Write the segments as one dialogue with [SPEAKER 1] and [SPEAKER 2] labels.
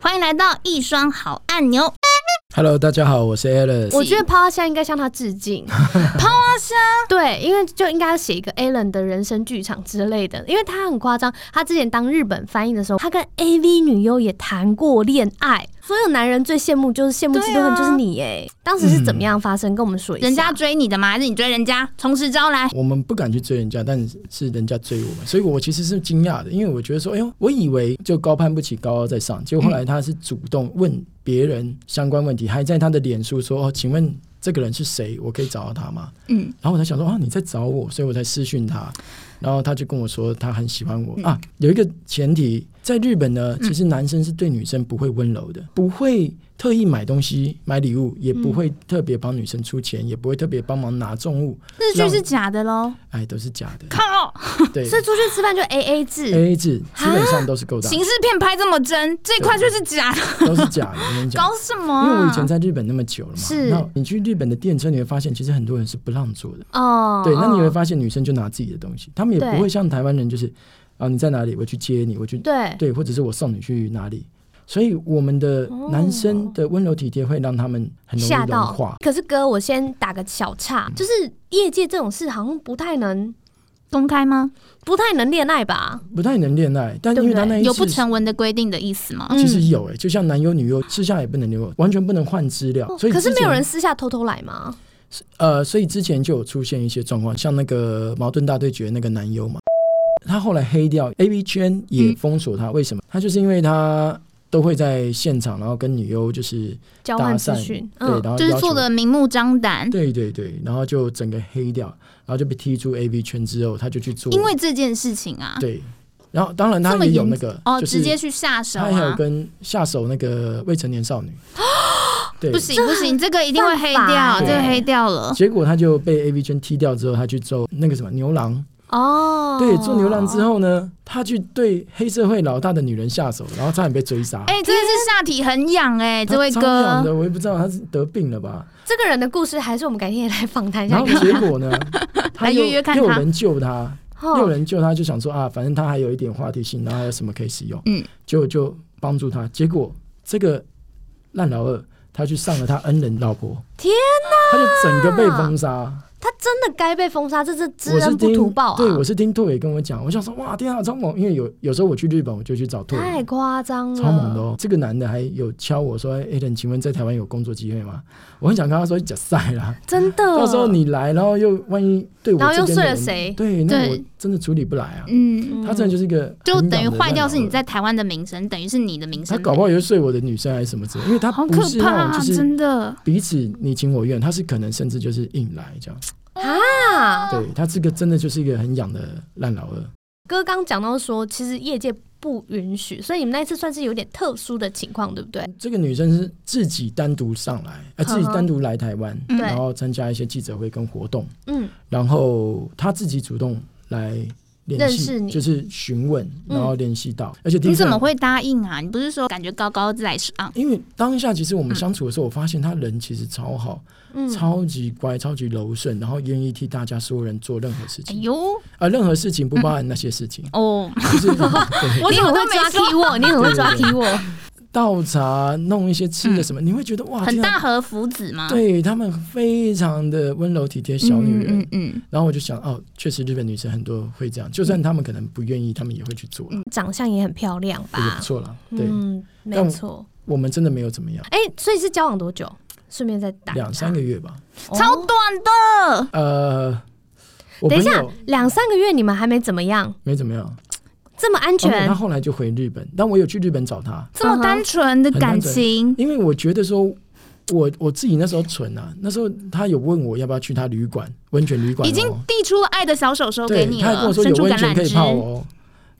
[SPEAKER 1] 欢迎来到一双好按钮。
[SPEAKER 2] Hello，大家好，我是 Alan。
[SPEAKER 3] 我觉得抛到现应该向他致 敬，对，因为就应该要写一个 Alan 的人生剧场之类的，因为他很夸张，他之前当日本翻译的时候，他跟 AV 女优也谈过恋爱。所有男人最羡慕就是羡慕嫉妒恨就是你哎、
[SPEAKER 2] 嗯
[SPEAKER 3] 当时是怎么样发生？跟我们说一下。
[SPEAKER 1] 人
[SPEAKER 2] 啊
[SPEAKER 1] 家追你的吗？还是你追人家？从实招来。
[SPEAKER 2] 我们不敢去追人家，但是人家追我们，所以我其实是惊讶的，因为我觉得说，哎呦，我以为就高攀不起，高高在上，结果后来他是主动问别人相关问题，还在他的脸书说，哦，请问这个人是谁？我可以找到他吗？
[SPEAKER 1] 嗯，
[SPEAKER 2] 然后我才想说，啊，你在找我，所以我才私讯他，然后他就跟我说他很喜欢我、啊。有一个前提，在日本呢，其实男生是对女生不会温柔的，不会特意买东西、买礼物，也不会特别帮女生出钱，也不会特别帮忙拿重物，
[SPEAKER 1] 日剧是假的喽。
[SPEAKER 2] 哎，都是假的。
[SPEAKER 1] 靠，
[SPEAKER 2] 对
[SPEAKER 3] 所以出去吃饭就 A A 制，
[SPEAKER 2] ，A A 制
[SPEAKER 3] 啊
[SPEAKER 2] 基本上都是勾当，
[SPEAKER 1] 刑事片拍这么真，这一块就是假的，
[SPEAKER 2] 都是假的。我跟你讲
[SPEAKER 1] 搞，什么、啊？
[SPEAKER 2] 因为我以前在日本那么久了嘛，
[SPEAKER 3] 是
[SPEAKER 2] 那你去日本的电车，你会发现其实很多人是不让座的。
[SPEAKER 3] 哦，
[SPEAKER 2] 对，那你会
[SPEAKER 3] 哦
[SPEAKER 2] 发现女生就拿自己的东西，他们也
[SPEAKER 3] 对
[SPEAKER 2] 不会像台湾人就是啊你在哪里，我去接你，我去
[SPEAKER 3] 对
[SPEAKER 2] 对，或者是我送你去哪里。所以我们的男生的温柔体贴会让他们很容易
[SPEAKER 3] 哦吓
[SPEAKER 2] 融
[SPEAKER 3] 到
[SPEAKER 2] 化。。
[SPEAKER 3] 可是哥，我先打个小岔，就是业界这种事好像不太能，
[SPEAKER 1] 公开吗？
[SPEAKER 3] 不太能恋爱吧？
[SPEAKER 2] 不太能恋爱，但因为他那一次
[SPEAKER 1] 有不成文的规定的意思吗？
[SPEAKER 2] 嗯其实
[SPEAKER 3] 嗯
[SPEAKER 2] 有诶、欸就像男优女优，私下也不能留，完全不能换资料。所以
[SPEAKER 3] 哦可是
[SPEAKER 2] 之
[SPEAKER 3] 没有
[SPEAKER 2] 前
[SPEAKER 3] 人私下偷偷来吗？
[SPEAKER 2] 呃，所以之前就有出现一些状况，像那个《矛盾大对决》那个男优嘛，他后来黑掉 A B 圈也
[SPEAKER 1] 嗯
[SPEAKER 2] 封锁他，为什么？他就是因为他都会在现场，然后跟女优就是
[SPEAKER 3] 交
[SPEAKER 2] 搭
[SPEAKER 3] 换资
[SPEAKER 2] 讪，
[SPEAKER 3] 讯，嗯
[SPEAKER 2] 对，然后
[SPEAKER 1] 嗯就是
[SPEAKER 2] 要求
[SPEAKER 1] 做的明目张胆。
[SPEAKER 2] 对对对，然后就整个黑掉，然后就被踢出 A B 圈之后，他就去做，
[SPEAKER 1] 因为这件事情啊，
[SPEAKER 2] 对，然后当然他
[SPEAKER 1] 这么
[SPEAKER 2] 也有
[SPEAKER 1] 严
[SPEAKER 2] 那个
[SPEAKER 1] 哦，
[SPEAKER 2] 就是
[SPEAKER 1] 直接去下手
[SPEAKER 2] 他还有
[SPEAKER 1] 啊！
[SPEAKER 2] 跟下手那个未成年少女，对
[SPEAKER 1] 啊不，行不行，这个一定会黑
[SPEAKER 3] 犯
[SPEAKER 1] 掉，
[SPEAKER 3] 法
[SPEAKER 1] 这
[SPEAKER 2] 欸
[SPEAKER 1] 个黑掉了。
[SPEAKER 2] 结果他就被 A B 圈踢掉之后，他去做那个什么牛郎。
[SPEAKER 3] 哦，
[SPEAKER 2] 对，做牛郎之后呢，他去对黑社会老大的女人下手，然后差点被追杀。
[SPEAKER 1] 哎，真的是下体很痒哎，
[SPEAKER 2] 他
[SPEAKER 1] 这位
[SPEAKER 2] 超痒
[SPEAKER 1] 哥，
[SPEAKER 2] 的，我也不知道他是得病了吧。
[SPEAKER 3] 这个人的故事，还是我们改天也来访谈一
[SPEAKER 2] 然
[SPEAKER 3] 下
[SPEAKER 2] 后。结果 呢，他
[SPEAKER 1] 来
[SPEAKER 2] 又
[SPEAKER 1] 约约看
[SPEAKER 2] 又有
[SPEAKER 1] 他
[SPEAKER 2] 人救他，又有
[SPEAKER 3] 哦
[SPEAKER 2] 人救他，就想说啊，反正他还有一点话题性，然后还有什么可以使用，
[SPEAKER 1] 嗯，
[SPEAKER 2] 就就帮助他。结果这个烂老二，他去上了他恩人老婆，
[SPEAKER 3] 天
[SPEAKER 2] 他就整个被封杀。
[SPEAKER 3] 他真的该被封杀，这是知
[SPEAKER 2] 我是
[SPEAKER 3] 恩不
[SPEAKER 2] 听
[SPEAKER 3] 图报啊！
[SPEAKER 2] 对，我是听拓也跟我讲，我想说哇，天啊，超猛！因为有有时候我去日本，我就去找拓也
[SPEAKER 3] 太夸张了，
[SPEAKER 2] 超猛的哦！这个男的还有敲我说：“哎、a 请问在台湾有工作机会吗？”我很想跟他说：“假赛啦，
[SPEAKER 3] 真的。
[SPEAKER 2] 到时候你来，然后又万一对我
[SPEAKER 3] 嗯然后又
[SPEAKER 2] 这边的人
[SPEAKER 3] 睡了谁
[SPEAKER 2] 对，那我
[SPEAKER 1] 对
[SPEAKER 2] 真的处理不来啊。
[SPEAKER 1] 嗯，
[SPEAKER 2] 他真的就是一个
[SPEAKER 1] 就
[SPEAKER 2] 很
[SPEAKER 1] 等于
[SPEAKER 2] 养的
[SPEAKER 1] 坏掉
[SPEAKER 2] 烂
[SPEAKER 1] 是你
[SPEAKER 2] 老
[SPEAKER 1] 在台湾的名声，等于是你的名
[SPEAKER 2] 二，他
[SPEAKER 1] 声。
[SPEAKER 2] 搞不好也会睡我的女生还是什么之类，因为他
[SPEAKER 1] 好
[SPEAKER 2] 不
[SPEAKER 1] 可
[SPEAKER 2] 是
[SPEAKER 1] 怕
[SPEAKER 2] 那
[SPEAKER 1] 啊，
[SPEAKER 2] 种就是
[SPEAKER 1] 真的。
[SPEAKER 2] 彼此你情我愿，他是可能甚至就是硬来这样。
[SPEAKER 3] 啊，
[SPEAKER 2] 对他这个真的就是一个很养的烂老二。
[SPEAKER 3] 哥刚讲到说，其实业界不允许，所以你们那次算是有点特殊的情况，对不对？
[SPEAKER 2] 这个女生是自己单独上来，呃，自己
[SPEAKER 3] 嗯哼
[SPEAKER 2] 单独来台湾，
[SPEAKER 1] 嗯
[SPEAKER 2] 然后参加一些记者会跟活动。
[SPEAKER 3] 嗯，
[SPEAKER 2] 然后他自己主动来联
[SPEAKER 3] 认
[SPEAKER 2] 系，
[SPEAKER 3] 识你
[SPEAKER 2] 就是询问，
[SPEAKER 3] 嗯
[SPEAKER 2] 然后联系到，而且第一
[SPEAKER 1] 你怎么
[SPEAKER 2] 份？
[SPEAKER 1] 会答应啊？你不是说感觉高高在上？啊
[SPEAKER 2] 因为当下其实我
[SPEAKER 1] 嗯
[SPEAKER 2] 们相处的时候，我发现他人其实超好，
[SPEAKER 3] 嗯
[SPEAKER 2] 超级乖，超级柔顺，然后愿意替大家所有人做任何事
[SPEAKER 1] 哎
[SPEAKER 2] 情，
[SPEAKER 1] 呦
[SPEAKER 2] 啊，任何事情不包含那些 事情，
[SPEAKER 1] 哦，
[SPEAKER 2] 就是对
[SPEAKER 1] 我
[SPEAKER 3] 你
[SPEAKER 1] 怎么
[SPEAKER 3] 很
[SPEAKER 1] 都
[SPEAKER 3] 会
[SPEAKER 1] 没
[SPEAKER 3] 抓
[SPEAKER 1] 说
[SPEAKER 3] key 我，你很会抓
[SPEAKER 2] 对
[SPEAKER 3] key 我，
[SPEAKER 2] 倒茶弄一些吃的什么，你会觉得哇，
[SPEAKER 1] 嗯很
[SPEAKER 2] 天啊
[SPEAKER 1] 大和福子吗？
[SPEAKER 2] 对他们非常的温柔体贴
[SPEAKER 1] 嗯，
[SPEAKER 2] 小女人。
[SPEAKER 1] 嗯嗯
[SPEAKER 2] 然后我就想，哦，确实日本女生很多会这样，就算他们可能不愿意，他们也会去做啦，
[SPEAKER 3] 长相也很漂亮
[SPEAKER 2] 也不
[SPEAKER 3] 吧？
[SPEAKER 2] 错啦。对，
[SPEAKER 3] 嗯，没
[SPEAKER 2] 但
[SPEAKER 3] 错。
[SPEAKER 2] 我们真的没有怎么样，
[SPEAKER 3] 哎，所以是交往多久？顺便再打
[SPEAKER 2] 两三个月吧。
[SPEAKER 1] 嗯，超
[SPEAKER 3] 哦
[SPEAKER 1] 短的，
[SPEAKER 2] 呃，我
[SPEAKER 3] 等一
[SPEAKER 2] 朋
[SPEAKER 3] 下
[SPEAKER 2] 友，
[SPEAKER 3] 两三个月你们还没怎么样，
[SPEAKER 2] 没怎么样，
[SPEAKER 3] 这么安
[SPEAKER 2] 而且
[SPEAKER 3] 全
[SPEAKER 2] 他后来就回日本，但我有去日本找他，
[SPEAKER 1] 这么单纯的感情，
[SPEAKER 2] 因为我觉得说。我我自己那时候蠢啊，那时候他有问我要不要去他旅馆温泉旅馆、哦，
[SPEAKER 1] 已经递出了爱的小手手给
[SPEAKER 2] 对，
[SPEAKER 1] 你
[SPEAKER 2] 他还跟
[SPEAKER 1] 了，
[SPEAKER 2] 我说
[SPEAKER 1] 伸
[SPEAKER 2] 有
[SPEAKER 1] 出
[SPEAKER 2] 温
[SPEAKER 1] 橄
[SPEAKER 2] 泉可
[SPEAKER 1] 榄
[SPEAKER 2] 以
[SPEAKER 1] 枝。
[SPEAKER 2] 泡哦。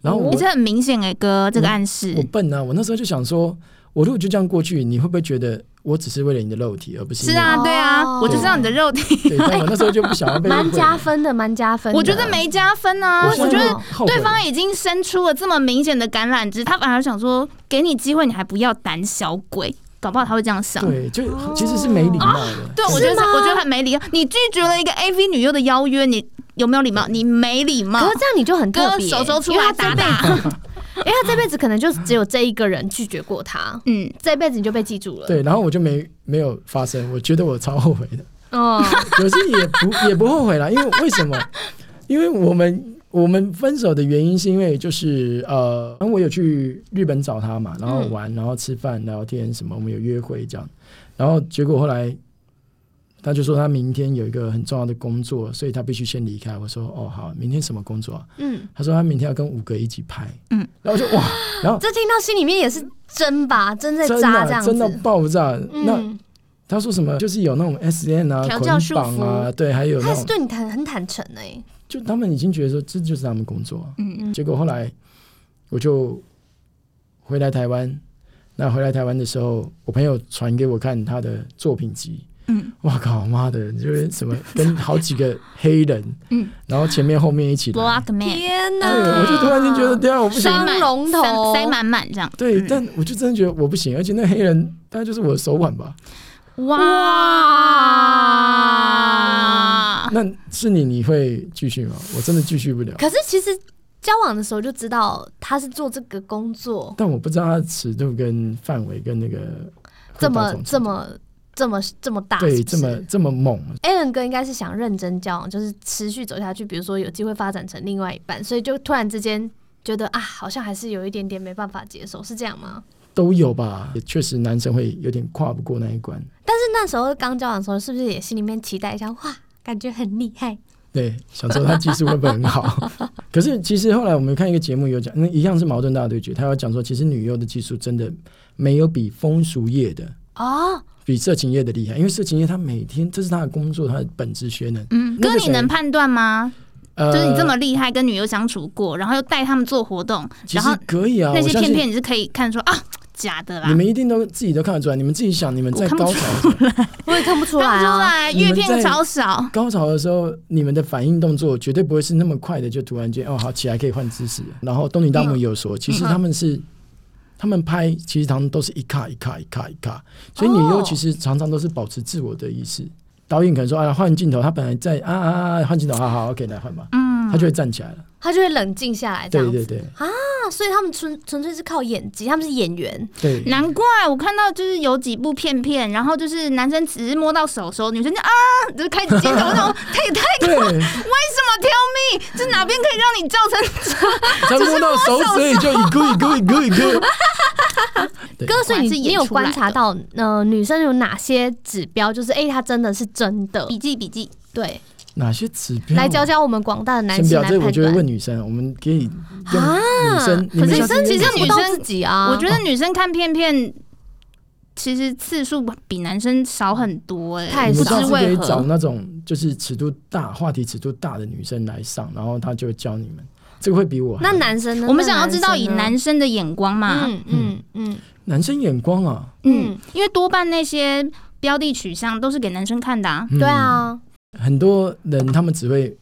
[SPEAKER 2] 然后我、
[SPEAKER 1] 欸这很明显哎、哥，这个暗示
[SPEAKER 2] 我笨啊，我那时候就想说，我如果就这样过去，你会不会觉得我只是为了你的肉体，而不是
[SPEAKER 1] 是
[SPEAKER 2] 因为
[SPEAKER 1] 啊，对啊，
[SPEAKER 3] 哦
[SPEAKER 1] 我就知道你的肉体，
[SPEAKER 2] 对，但我那时候就不想要被误
[SPEAKER 3] 蛮
[SPEAKER 2] 会
[SPEAKER 3] 加分的，蛮加分的。
[SPEAKER 1] 我觉得没加分啊，
[SPEAKER 2] 我
[SPEAKER 1] 我
[SPEAKER 2] 现
[SPEAKER 1] 觉
[SPEAKER 2] 在
[SPEAKER 1] 得。
[SPEAKER 2] 后悔
[SPEAKER 1] 对
[SPEAKER 2] 了
[SPEAKER 1] 方已经伸出了这么明显的橄榄枝，他反而想说给你机会，你还不要胆小鬼，搞不好他会这样想。
[SPEAKER 2] 对，就其实是没礼貌的。
[SPEAKER 1] 哦啊对，我觉得我觉得很没礼貌。你拒绝了一个 AV 女优的嗯邀约，你有没有礼貌？你没礼貌
[SPEAKER 3] 可。是这样你就很特
[SPEAKER 1] 哥
[SPEAKER 3] 别，
[SPEAKER 1] 手手出
[SPEAKER 3] 因为
[SPEAKER 1] 来打
[SPEAKER 3] 他这辈
[SPEAKER 1] 打，
[SPEAKER 3] 因为他这辈子可能就只有这一个人拒绝过他，
[SPEAKER 1] 嗯，
[SPEAKER 3] 这辈子你就被记住了。
[SPEAKER 2] 对，然后我就没没有发生，我觉得我超后悔的，
[SPEAKER 3] 哦，
[SPEAKER 2] 可是也不也不后悔啦，因为为什么？ 因为我们我们分手的原因是因为就是呃，我有去日本找他嘛，然后玩，然后吃饭、聊天什么，我们有约会这样，然后结果后来他就说他明天有一个很重要的工作，所以他必须先离开。我说哦好，明天什么工作啊？
[SPEAKER 3] 嗯，
[SPEAKER 2] 他说他明天要跟五个一起拍，
[SPEAKER 1] 嗯，
[SPEAKER 2] 然后我就哇，然后
[SPEAKER 3] 这听到心里面也是真吧，真在
[SPEAKER 2] 真
[SPEAKER 3] 扎
[SPEAKER 2] 的
[SPEAKER 3] 这样子。
[SPEAKER 2] 真的爆炸，那。
[SPEAKER 3] 嗯，
[SPEAKER 2] 他说什么？就是有那种 S N 啊、
[SPEAKER 1] 调
[SPEAKER 2] 捆
[SPEAKER 1] 教束
[SPEAKER 2] 绑啊，对，还有
[SPEAKER 3] 他
[SPEAKER 2] 那
[SPEAKER 3] 还是
[SPEAKER 2] 种，
[SPEAKER 3] 对你坦很坦诚哎，
[SPEAKER 2] 就他们已经觉得说这就是他们工作啊、
[SPEAKER 1] 嗯
[SPEAKER 3] 嗯
[SPEAKER 2] 结果后来我就回来台湾，那回来台湾的时候，我朋友传给我看他的作品集，
[SPEAKER 1] 嗯，
[SPEAKER 2] 哇靠妈的，就是什么跟好几个黑人，
[SPEAKER 1] 嗯，
[SPEAKER 2] 然后前面后面一起来，
[SPEAKER 1] ，Block Man，
[SPEAKER 3] 天
[SPEAKER 2] 对，哎我就突然间觉
[SPEAKER 3] 嗯
[SPEAKER 2] 得，对啊，我不行
[SPEAKER 1] 塞。满
[SPEAKER 3] 双龙头
[SPEAKER 1] 塞塞满满这样，
[SPEAKER 2] 对，但我就真的觉得我不行，而且那黑人大概就是我的手腕吧。
[SPEAKER 1] 哇，
[SPEAKER 2] 那是你，你会继续吗？我真的继续不了。
[SPEAKER 3] 可是其实交往的时候就知道他是做这个工作，
[SPEAKER 2] 但我不知道它的尺度跟范围跟那个
[SPEAKER 3] 这
[SPEAKER 2] 会到
[SPEAKER 3] 么
[SPEAKER 2] 种程度
[SPEAKER 3] 这么这么这么大，
[SPEAKER 2] 对
[SPEAKER 3] 是不
[SPEAKER 2] 这
[SPEAKER 3] 是
[SPEAKER 2] 么这么猛，
[SPEAKER 3] Alan 哥应该是想认真交往，就是持续走下去，比如说有机会发展成另外一半，所以就突然之间觉得啊，好像还是有一点点没办法接受，是这样吗？
[SPEAKER 2] 都有吧？也确实男生会有点跨不过那一关。
[SPEAKER 3] 但是那时候刚交往的时候，是不是也心里面期待一下？哇，感觉很厉害，
[SPEAKER 2] 对，想说他技术会不会很好？ 可是其实后来我们看一个节目有讲，嗯那一样是矛盾大对决，他有讲说，其实女优的技术真的没有比风俗业的、
[SPEAKER 3] 哦，
[SPEAKER 2] 比色情业的厉害，因为色情业他每天这是他的工作，他的本职学能。
[SPEAKER 1] 嗯，
[SPEAKER 2] 那
[SPEAKER 1] 哥
[SPEAKER 2] 个
[SPEAKER 1] 你
[SPEAKER 2] 谁
[SPEAKER 1] 能判断吗？
[SPEAKER 2] 呃，
[SPEAKER 1] 就是你这么厉害，跟女优相处过，然后又带他们做活动，
[SPEAKER 2] 其
[SPEAKER 1] 然
[SPEAKER 2] 实
[SPEAKER 1] 后
[SPEAKER 2] 可以啊，
[SPEAKER 1] 那
[SPEAKER 2] 我
[SPEAKER 1] 些
[SPEAKER 2] 相
[SPEAKER 1] 片
[SPEAKER 2] 信
[SPEAKER 1] 片你是可以看出啊，假的啦
[SPEAKER 2] 你，们一定都自己都看得出来，你们自己想你们
[SPEAKER 1] 我
[SPEAKER 2] 在
[SPEAKER 1] 看不
[SPEAKER 2] 高潮的时候
[SPEAKER 3] 我也看不出来
[SPEAKER 1] 看不出
[SPEAKER 3] 啊。
[SPEAKER 1] 来，
[SPEAKER 2] 你们
[SPEAKER 1] 阅片
[SPEAKER 2] 在
[SPEAKER 1] 超少，
[SPEAKER 2] 高潮的时候，你们的反应动作绝对不会是那么快的，就突然间哦好起来可以换姿势。然后东尼大姆有
[SPEAKER 1] 嗯
[SPEAKER 2] 说，其实他们是、他们拍，其实他们都是一卡一卡一卡一卡，所以女优其实常常都是保持自我的意识。导演可能说啊换镜头，他本来在啊啊啊换镜头，好好 OK 来换吧，
[SPEAKER 1] 嗯
[SPEAKER 2] 他，就会站起来了。
[SPEAKER 3] 他就会冷静下来，这
[SPEAKER 2] 对
[SPEAKER 3] 样子
[SPEAKER 2] 对对
[SPEAKER 3] 啊，所以他们纯纯粹是靠演技，他们是演员，
[SPEAKER 2] 对，
[SPEAKER 1] 难怪我看到就是有几部片片，然后就是男生只是摸到手的时候，女生就啊，就开始尖叫，那种太太
[SPEAKER 2] 对，
[SPEAKER 1] 为什么 tell me，这哪边可以让你叫成
[SPEAKER 2] 才摸到手指你就一咕一咕一咕一咕。对
[SPEAKER 3] 哥，所
[SPEAKER 1] 果
[SPEAKER 3] 以
[SPEAKER 1] 然是
[SPEAKER 3] 你
[SPEAKER 1] 演
[SPEAKER 3] 你有
[SPEAKER 1] 出来
[SPEAKER 3] 观
[SPEAKER 1] 的
[SPEAKER 3] 察到，呃，女生有哪些指标，就是哎，她真的是真的，
[SPEAKER 1] 笔记笔记？
[SPEAKER 3] 对，
[SPEAKER 2] 哪些指标？
[SPEAKER 3] 来教教我们广大的男
[SPEAKER 2] 先不
[SPEAKER 3] 性
[SPEAKER 2] 要，
[SPEAKER 3] 来
[SPEAKER 2] 这
[SPEAKER 3] 判
[SPEAKER 2] 我
[SPEAKER 3] 断。
[SPEAKER 2] 觉得问女生，我们可以用
[SPEAKER 3] 啊
[SPEAKER 2] 女生。
[SPEAKER 1] 啊
[SPEAKER 2] 你
[SPEAKER 1] 可
[SPEAKER 2] 们
[SPEAKER 1] 是
[SPEAKER 2] 下次
[SPEAKER 1] 女生其
[SPEAKER 2] 约
[SPEAKER 1] 实
[SPEAKER 2] 女
[SPEAKER 1] 女
[SPEAKER 3] 生
[SPEAKER 1] 生
[SPEAKER 3] 自己啊，
[SPEAKER 1] 我觉得女生看片片。其实次数比男生少很多哎、
[SPEAKER 3] 太
[SPEAKER 2] 你
[SPEAKER 1] 不知
[SPEAKER 2] 们
[SPEAKER 3] 少
[SPEAKER 2] 上次可
[SPEAKER 1] 为
[SPEAKER 2] 以
[SPEAKER 1] 何
[SPEAKER 2] 找那种就是尺度大、话题尺度大的女生来上，然后她就教你们。这个会比我还
[SPEAKER 3] 那男生呢？
[SPEAKER 1] 我们
[SPEAKER 3] 那
[SPEAKER 1] 想要知道
[SPEAKER 3] 生
[SPEAKER 1] 以
[SPEAKER 3] 呢
[SPEAKER 1] 男啊生的眼光嘛，
[SPEAKER 3] 嗯嗯嗯
[SPEAKER 2] 男生眼光啊，
[SPEAKER 1] 嗯
[SPEAKER 3] 嗯，
[SPEAKER 1] 因为多半那些标的取向都是给男生看的啊。
[SPEAKER 2] 嗯
[SPEAKER 3] 对，啊，
[SPEAKER 2] 很多人他们只会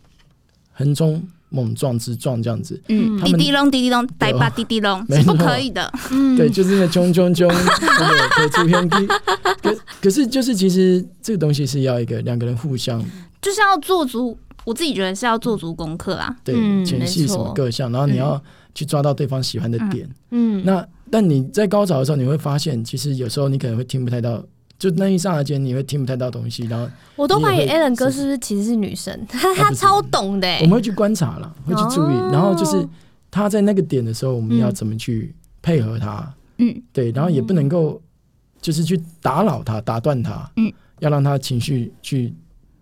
[SPEAKER 2] 横冲猛撞直撞这样子，
[SPEAKER 1] 嗯，
[SPEAKER 2] 他
[SPEAKER 1] 滴
[SPEAKER 2] 们
[SPEAKER 1] 滴隆滴滴隆，呆吧滴滴隆
[SPEAKER 2] 没
[SPEAKER 1] 是不
[SPEAKER 2] 错
[SPEAKER 1] 可以的。
[SPEAKER 3] 嗯，
[SPEAKER 2] 对，就是那冲冲 冲，对，可以出偏激。可可是就是其实这个东西是要一个两个人互相
[SPEAKER 1] 就是要做足，我自己觉得是要做足功课啊。
[SPEAKER 2] 对
[SPEAKER 3] 嗯
[SPEAKER 2] 前戏
[SPEAKER 3] 没
[SPEAKER 2] 什
[SPEAKER 3] 错
[SPEAKER 2] 么各项，然后你要去抓到对方喜欢的
[SPEAKER 1] 嗯
[SPEAKER 2] 点。
[SPEAKER 3] 嗯，
[SPEAKER 2] 那但你在高潮的时候，你会发现，其实有时候你可能会听不太到，就那一刹那间你会听不太到东西，然后
[SPEAKER 3] 我都怀
[SPEAKER 2] 你
[SPEAKER 3] 疑
[SPEAKER 2] 也会
[SPEAKER 3] Alan 哥是不是其实是女 生，他他
[SPEAKER 2] 不是
[SPEAKER 3] 超懂的欸
[SPEAKER 2] 我，们会去观察了，会去注意
[SPEAKER 3] 哦，
[SPEAKER 2] 然后就是他在那个点的时候，我们
[SPEAKER 3] 嗯
[SPEAKER 2] 要怎么去配合他，
[SPEAKER 1] 嗯，
[SPEAKER 2] 对，然后也不能够就是去打扰他、打断他，
[SPEAKER 1] 嗯，
[SPEAKER 2] 要让他情绪去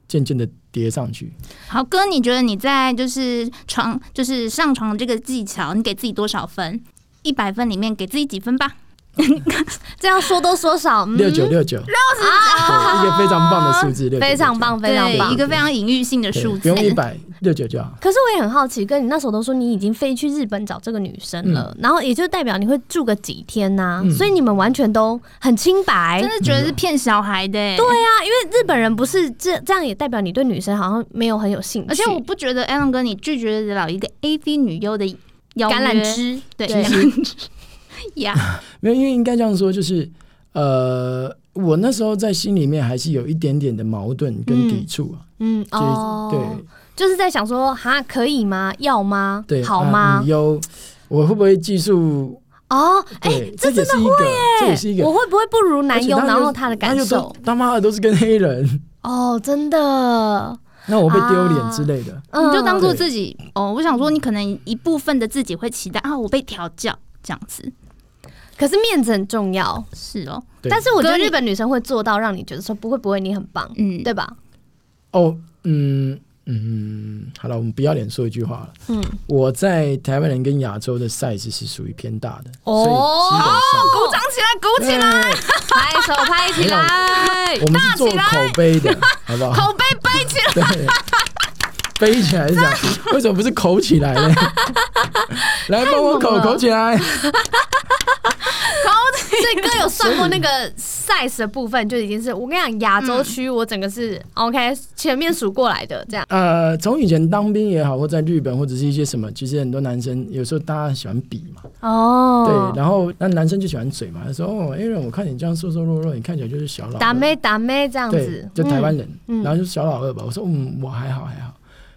[SPEAKER 2] 渐渐的叠上去。
[SPEAKER 1] 好哥，你觉得你在就是床就是上床这个技巧，你给自己多少分？一百分里面给自己几分吧？
[SPEAKER 3] 这样说多说少，嗯啊
[SPEAKER 2] 六九六九，对一个非常棒的数字，六
[SPEAKER 3] 非常。棒，非常
[SPEAKER 1] 对，一
[SPEAKER 3] 棒。
[SPEAKER 1] 个非常隐喻性的
[SPEAKER 2] 对
[SPEAKER 1] 数
[SPEAKER 2] 不
[SPEAKER 1] 字
[SPEAKER 2] 用。一百六九就好，
[SPEAKER 3] 可是我也很好奇，哥，你那时候都说你已经飞去日本找这个女生了，然后也就代表你会住个几天呐、
[SPEAKER 2] 嗯
[SPEAKER 3] 所以你们完全都很清白。
[SPEAKER 1] 真
[SPEAKER 3] 对
[SPEAKER 1] 的觉得是骗小孩的、欸，对
[SPEAKER 3] 啊，因为日本人不是这这样，也代表你对女生好像没有很有兴趣，
[SPEAKER 1] 而且我不觉得 Alan 哥你拒绝得了一个 AV 女优的邀约
[SPEAKER 3] 橄榄，枝，
[SPEAKER 1] 对
[SPEAKER 3] 对
[SPEAKER 1] 呀，
[SPEAKER 2] 没有，因为应该这样说，就是呃，我那时候在心里面还是有一点点的矛盾跟抵触啊，
[SPEAKER 3] 嗯哦，
[SPEAKER 2] 就是
[SPEAKER 3] 就是在想说，哈，可以吗？要吗？
[SPEAKER 2] 对对
[SPEAKER 3] 好
[SPEAKER 2] 啊
[SPEAKER 3] 吗
[SPEAKER 2] 女？优我会不会技术？
[SPEAKER 3] 哦，哎、
[SPEAKER 2] 对，
[SPEAKER 3] 这
[SPEAKER 2] 这也
[SPEAKER 3] 真的
[SPEAKER 2] 是一个，这也是一个
[SPEAKER 3] 我。会不会不如
[SPEAKER 2] 而
[SPEAKER 3] 男
[SPEAKER 2] 且
[SPEAKER 3] 友？
[SPEAKER 2] 就
[SPEAKER 3] 然后他的感
[SPEAKER 2] 就都
[SPEAKER 3] 受，
[SPEAKER 2] 他妈的都是跟黑 人，
[SPEAKER 3] 哦，真的，
[SPEAKER 2] 那我被丢脸
[SPEAKER 3] 啊
[SPEAKER 2] 之类的。
[SPEAKER 3] 嗯
[SPEAKER 1] 你就当做
[SPEAKER 2] 对
[SPEAKER 1] 自己哦。我想说，你可能一部分的自己会期待啊，我被调教这样子，
[SPEAKER 3] 可是面子很重要。
[SPEAKER 1] 是哦，
[SPEAKER 2] 对
[SPEAKER 3] 但是我觉得
[SPEAKER 1] 哥你
[SPEAKER 3] 日本女生会做到让你觉得说不会不会，你很棒，
[SPEAKER 1] 嗯，
[SPEAKER 3] 对吧？
[SPEAKER 2] 哦，嗯嗯，好了，我们不要脸说一句话了。
[SPEAKER 3] 嗯，
[SPEAKER 2] 我在台湾人跟亚洲的 size 是属于偏大的，
[SPEAKER 3] 哦
[SPEAKER 2] 所以
[SPEAKER 1] 鼓掌起来，鼓
[SPEAKER 2] 基本上，哎
[SPEAKER 3] 拍手拍起哎来，
[SPEAKER 2] 我们是做口碑 的，好不好？
[SPEAKER 1] 口 碑背起来，
[SPEAKER 2] 对， 背起来是这样，为什么不是口起来 呢？来帮我口
[SPEAKER 3] 猛了
[SPEAKER 2] 口起来，
[SPEAKER 3] 所以哥有算过那个 size 的部分，就已经是我跟你讲，亚洲区我整个是 OK，前面数过来的这样。
[SPEAKER 2] 呃，从以前当兵也好，或在日本或者是一些什么，其实很多男生有时候大家喜欢比嘛，
[SPEAKER 3] 哦
[SPEAKER 2] 对，，然后那男生就喜欢嘴嘛，他说哦，Aaron，我看你这样瘦瘦弱弱，你看起来就是小老
[SPEAKER 3] 打
[SPEAKER 2] 二，
[SPEAKER 3] 妹打妹这样
[SPEAKER 2] 对
[SPEAKER 3] 子，，
[SPEAKER 2] 就台湾人，
[SPEAKER 3] 嗯嗯
[SPEAKER 2] 然后就小老二吧，我说嗯，我还好还好，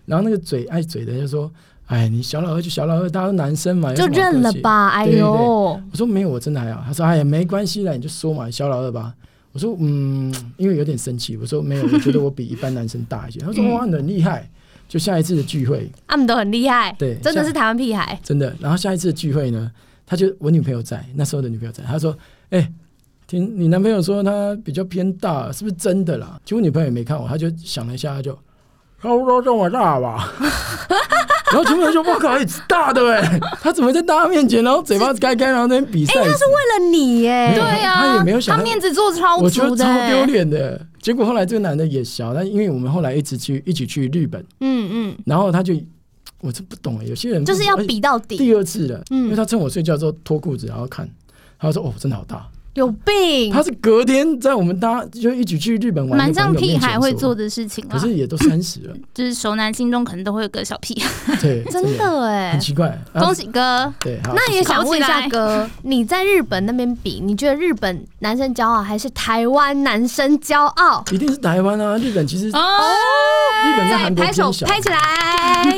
[SPEAKER 2] 然后那个嘴爱嘴的就说，哎，你小老二就小老二，大家都男生嘛，有
[SPEAKER 3] 就
[SPEAKER 2] 什么好
[SPEAKER 3] 认了
[SPEAKER 2] 客气
[SPEAKER 3] 吧。哎
[SPEAKER 2] 对对对
[SPEAKER 3] 呦，
[SPEAKER 2] 我说没有，我真的还好。他说哎呀，没关系啦，你就说嘛，小老二吧。我说嗯，因为有点生气，我说没有，我觉得我比一般男生大一些。他说哇，你很厉害。就下一次的聚会，
[SPEAKER 3] 他们都很厉害，
[SPEAKER 2] 对
[SPEAKER 3] 真的是台湾屁孩。
[SPEAKER 2] 真的。然后下一次的聚会呢，他就我女朋友在，那时候的女朋友在，他说哎。听你男朋友说他比较偏大，是不是真的啦？结果女朋友也没看我，他就想了一下，他就差不多这么大吧。 然后全部人就我靠，哎大的哎、他怎么在大家面前，然后嘴巴开开，然后在那边比赛？
[SPEAKER 3] 为了你耶
[SPEAKER 2] 没有
[SPEAKER 1] 对
[SPEAKER 3] 啊
[SPEAKER 1] 呀、
[SPEAKER 2] 他也没有想
[SPEAKER 1] 他
[SPEAKER 2] 到
[SPEAKER 1] 面子做超
[SPEAKER 2] 我觉
[SPEAKER 1] 足
[SPEAKER 2] 得
[SPEAKER 1] 的、
[SPEAKER 2] 超
[SPEAKER 1] 欸，
[SPEAKER 2] 丢脸的。结果后来这个男的也小，但因为我们后来一直去一起去日本，
[SPEAKER 3] 嗯
[SPEAKER 2] 然后他就我真不懂哎，有些人
[SPEAKER 3] 嗯，
[SPEAKER 2] 不
[SPEAKER 3] 就是要
[SPEAKER 2] 而且
[SPEAKER 3] 比到底，
[SPEAKER 2] 第二次了，
[SPEAKER 3] 嗯
[SPEAKER 2] 因为他趁我睡觉之后脱裤子然后看，他说哦真的好大，
[SPEAKER 3] 有病
[SPEAKER 2] 他。是隔天在我们大家就一起去日本
[SPEAKER 1] 嗯
[SPEAKER 2] 玩，
[SPEAKER 1] 蛮像屁孩会做
[SPEAKER 2] 的
[SPEAKER 1] 的事情
[SPEAKER 2] 朋友面前说，可
[SPEAKER 1] 啊，
[SPEAKER 2] 是也都三十 了，
[SPEAKER 1] 就是熟男心中可能都会有个小屁孩。
[SPEAKER 2] 对，
[SPEAKER 3] 真的哎
[SPEAKER 2] 很，奇怪。然后
[SPEAKER 1] 欸恭喜哥，
[SPEAKER 2] 对，好
[SPEAKER 3] 那也想问一
[SPEAKER 1] 烤起
[SPEAKER 3] 下
[SPEAKER 1] 来
[SPEAKER 3] 哥，你在日本那边比，你觉得日本男生骄傲还是台湾男生骄傲？
[SPEAKER 2] 一定是台湾啊，日本其实日
[SPEAKER 1] 哦，
[SPEAKER 2] 本跟韩国
[SPEAKER 3] 拍手
[SPEAKER 2] 偏小，
[SPEAKER 3] 拍起来，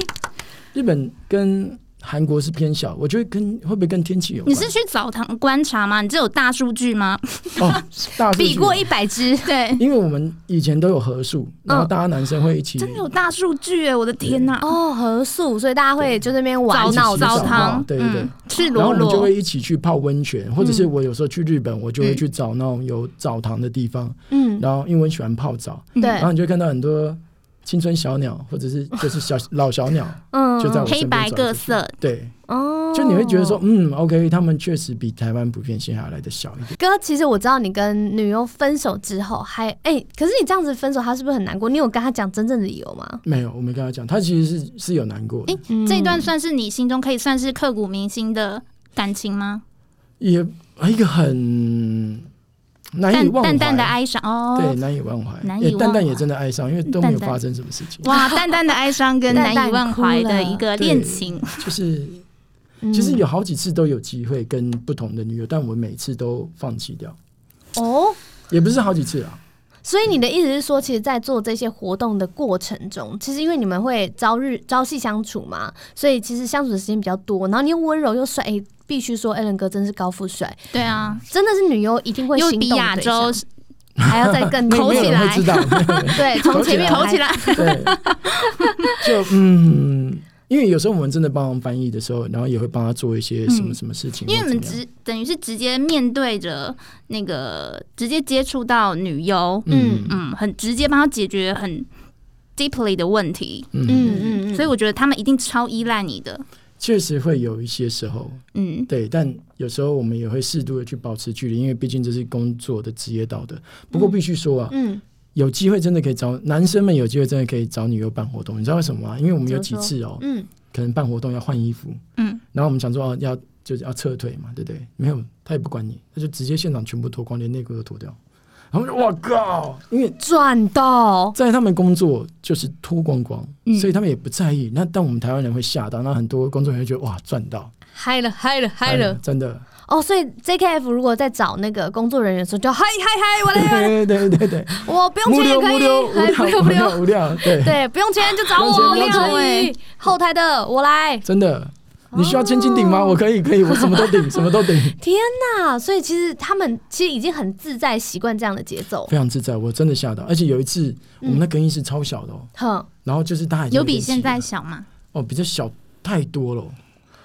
[SPEAKER 2] 日本跟韩国是偏小，我觉得跟会不会跟天气有
[SPEAKER 1] 你
[SPEAKER 2] 关？
[SPEAKER 1] 是去澡堂观察吗？你这有大数据吗？
[SPEAKER 2] 哦，大数据
[SPEAKER 3] 比过一百只，
[SPEAKER 1] 对，
[SPEAKER 2] 因为我们以前都有合宿，然后大家男生会一起，
[SPEAKER 1] 嗯真的有大数据哎、我的天哪、
[SPEAKER 3] 哦，合宿，所以大家会就那边玩
[SPEAKER 1] 澡
[SPEAKER 2] 闹
[SPEAKER 3] 闹
[SPEAKER 1] 澡
[SPEAKER 2] 澡
[SPEAKER 1] 堂，
[SPEAKER 2] 堂对对对
[SPEAKER 1] 嗯，赤
[SPEAKER 2] 然
[SPEAKER 1] 裸嗯
[SPEAKER 2] 后我们就
[SPEAKER 1] 裸
[SPEAKER 2] 会，一起去泡温泉，或者是我有时候去日本，我就会去找那种有澡堂的地方，
[SPEAKER 3] 嗯，
[SPEAKER 2] 然后因为我很喜欢泡澡，
[SPEAKER 1] 嗯
[SPEAKER 3] 对
[SPEAKER 2] 然后你就会看到很多青春小鸟，或者是就是小老 小鸟，
[SPEAKER 3] 嗯，
[SPEAKER 2] 就在我
[SPEAKER 1] 黑
[SPEAKER 2] 身边
[SPEAKER 1] 白
[SPEAKER 2] 走
[SPEAKER 1] 各
[SPEAKER 2] 出去
[SPEAKER 1] 色，
[SPEAKER 2] 对，
[SPEAKER 3] 哦，
[SPEAKER 2] 就你会觉得说，。嗯，OK，他们确实比台湾普遍性还要来的小一点。
[SPEAKER 3] 哥，其实我知道你跟女优分手之后还哎、可是你这样子分手，她是不是很难过？你有跟她讲真正的理由吗？
[SPEAKER 2] 没有，我没跟他讲，他其实是是有难过的，
[SPEAKER 1] 诶这一段算是你心中可以算是刻骨铭心的感情吗？
[SPEAKER 2] 也一个很难以
[SPEAKER 1] 淡
[SPEAKER 2] 忘怀
[SPEAKER 1] 淡淡的哀伤
[SPEAKER 2] 对，
[SPEAKER 1] 哦，
[SPEAKER 2] 难以忘怀，
[SPEAKER 1] 难以
[SPEAKER 2] 也
[SPEAKER 1] 忘
[SPEAKER 2] 蛋蛋
[SPEAKER 1] 怀
[SPEAKER 2] 也真的爱上，因为都没有
[SPEAKER 1] 蛋蛋
[SPEAKER 2] 发生什么事情，
[SPEAKER 1] 哇，淡淡的哀伤跟
[SPEAKER 3] 淡
[SPEAKER 1] 难
[SPEAKER 3] 淡
[SPEAKER 1] 以忘怀
[SPEAKER 3] 哭了
[SPEAKER 1] 的一个
[SPEAKER 2] 对
[SPEAKER 1] 恋情，
[SPEAKER 2] 就是
[SPEAKER 3] 嗯
[SPEAKER 2] 其实有好几次都有机会跟不同的女友，但我每次都放弃掉，
[SPEAKER 3] 哦，
[SPEAKER 2] 也不是好几次啊，
[SPEAKER 3] 所以你的意思是说，其实，在做这些活动的过程中，其实因为你们会朝日朝夕相处嘛，所以其实相处的时间比较多，然后你又温柔又帅，哎、必须说 a l 哥真是高富帅，
[SPEAKER 1] 对啊，
[SPEAKER 3] 真的是女优一定会
[SPEAKER 1] 又
[SPEAKER 3] 心
[SPEAKER 1] 比
[SPEAKER 3] 动的
[SPEAKER 1] 亚
[SPEAKER 3] 对
[SPEAKER 1] 洲
[SPEAKER 3] 象还要再更
[SPEAKER 2] 没
[SPEAKER 3] 抠
[SPEAKER 2] 没有
[SPEAKER 3] 嗯起
[SPEAKER 2] 人
[SPEAKER 3] 来
[SPEAKER 2] 会，知道，
[SPEAKER 3] 对，从前面
[SPEAKER 1] 口起来，
[SPEAKER 2] 对，就嗯。因为有时候我们真的帮忙翻译的时候，然后也会帮他做一些什么什么事情或
[SPEAKER 1] 因为
[SPEAKER 2] 怎
[SPEAKER 1] 我
[SPEAKER 2] 么样，
[SPEAKER 1] 们直等于是直接面对着那个直接接触到女优，
[SPEAKER 2] 嗯
[SPEAKER 1] 嗯，很直接帮她解决很 deeply 的问题，
[SPEAKER 2] 嗯，
[SPEAKER 3] 嗯嗯嗯，
[SPEAKER 1] 所以我觉得他们一定超依赖你的，
[SPEAKER 2] 确实会有一些时候，
[SPEAKER 1] 嗯，
[SPEAKER 2] 对，但有时候我们也会适度的去保持距离，因为毕竟这是工作的职业道德。不过必须说啊，
[SPEAKER 3] 嗯
[SPEAKER 2] 有机会真的可以找男生们，有机会真的可以找女优办活动，你知道为什么吗？因为我们有几次哦，
[SPEAKER 3] 嗯，
[SPEAKER 2] 可能办活动要换衣服，
[SPEAKER 1] 嗯，
[SPEAKER 2] 然后我们想说哦要就是要撤退嘛，对不对？没有，他也不管你，他就直接现场全部脱光，连内裤都脱掉。然后我就哇靠，因为
[SPEAKER 3] 赚到，
[SPEAKER 2] 在他们工作就是脱光光，
[SPEAKER 1] 嗯
[SPEAKER 2] 所以他们也不在意。那但我们台湾人会吓到，那很多工作人员就觉得哇赚到，
[SPEAKER 3] 嗨了嗨了嗨了，
[SPEAKER 2] 真的，
[SPEAKER 3] 哦，所以 JKF 如果在找那个工作人员的时候，就嗨嗨嗨，我 来，
[SPEAKER 2] 对对对对，
[SPEAKER 3] 我哎不用
[SPEAKER 2] 无
[SPEAKER 3] 钱也
[SPEAKER 2] 聊
[SPEAKER 3] 可
[SPEAKER 2] 无聊
[SPEAKER 3] 以，
[SPEAKER 2] 无
[SPEAKER 3] 嗨不
[SPEAKER 2] 聊
[SPEAKER 3] 用
[SPEAKER 2] 无
[SPEAKER 3] 不用
[SPEAKER 2] 聊。无聊，对，
[SPEAKER 3] 对，不用钱就找
[SPEAKER 2] 不用钱
[SPEAKER 3] 我，
[SPEAKER 2] 不
[SPEAKER 3] 我
[SPEAKER 2] 用
[SPEAKER 3] 可
[SPEAKER 1] 钱
[SPEAKER 3] 以。后台的我来。
[SPEAKER 2] 真的。你需要千斤顶吗？
[SPEAKER 3] 哦
[SPEAKER 2] 我可以，可以，我什么都 顶，什么都顶，
[SPEAKER 3] 天哪！所以其实他们其实已经很自在习惯这样的节奏。
[SPEAKER 2] 非常自在。我真的吓到，而且有一次我
[SPEAKER 3] 嗯
[SPEAKER 2] 们那更衣室超小的哦，
[SPEAKER 3] 哼，
[SPEAKER 2] 然后就是大家已经
[SPEAKER 1] 有比
[SPEAKER 2] 点起
[SPEAKER 1] 现在
[SPEAKER 2] 了
[SPEAKER 1] 小吗？
[SPEAKER 2] 哦比较小太多了哦，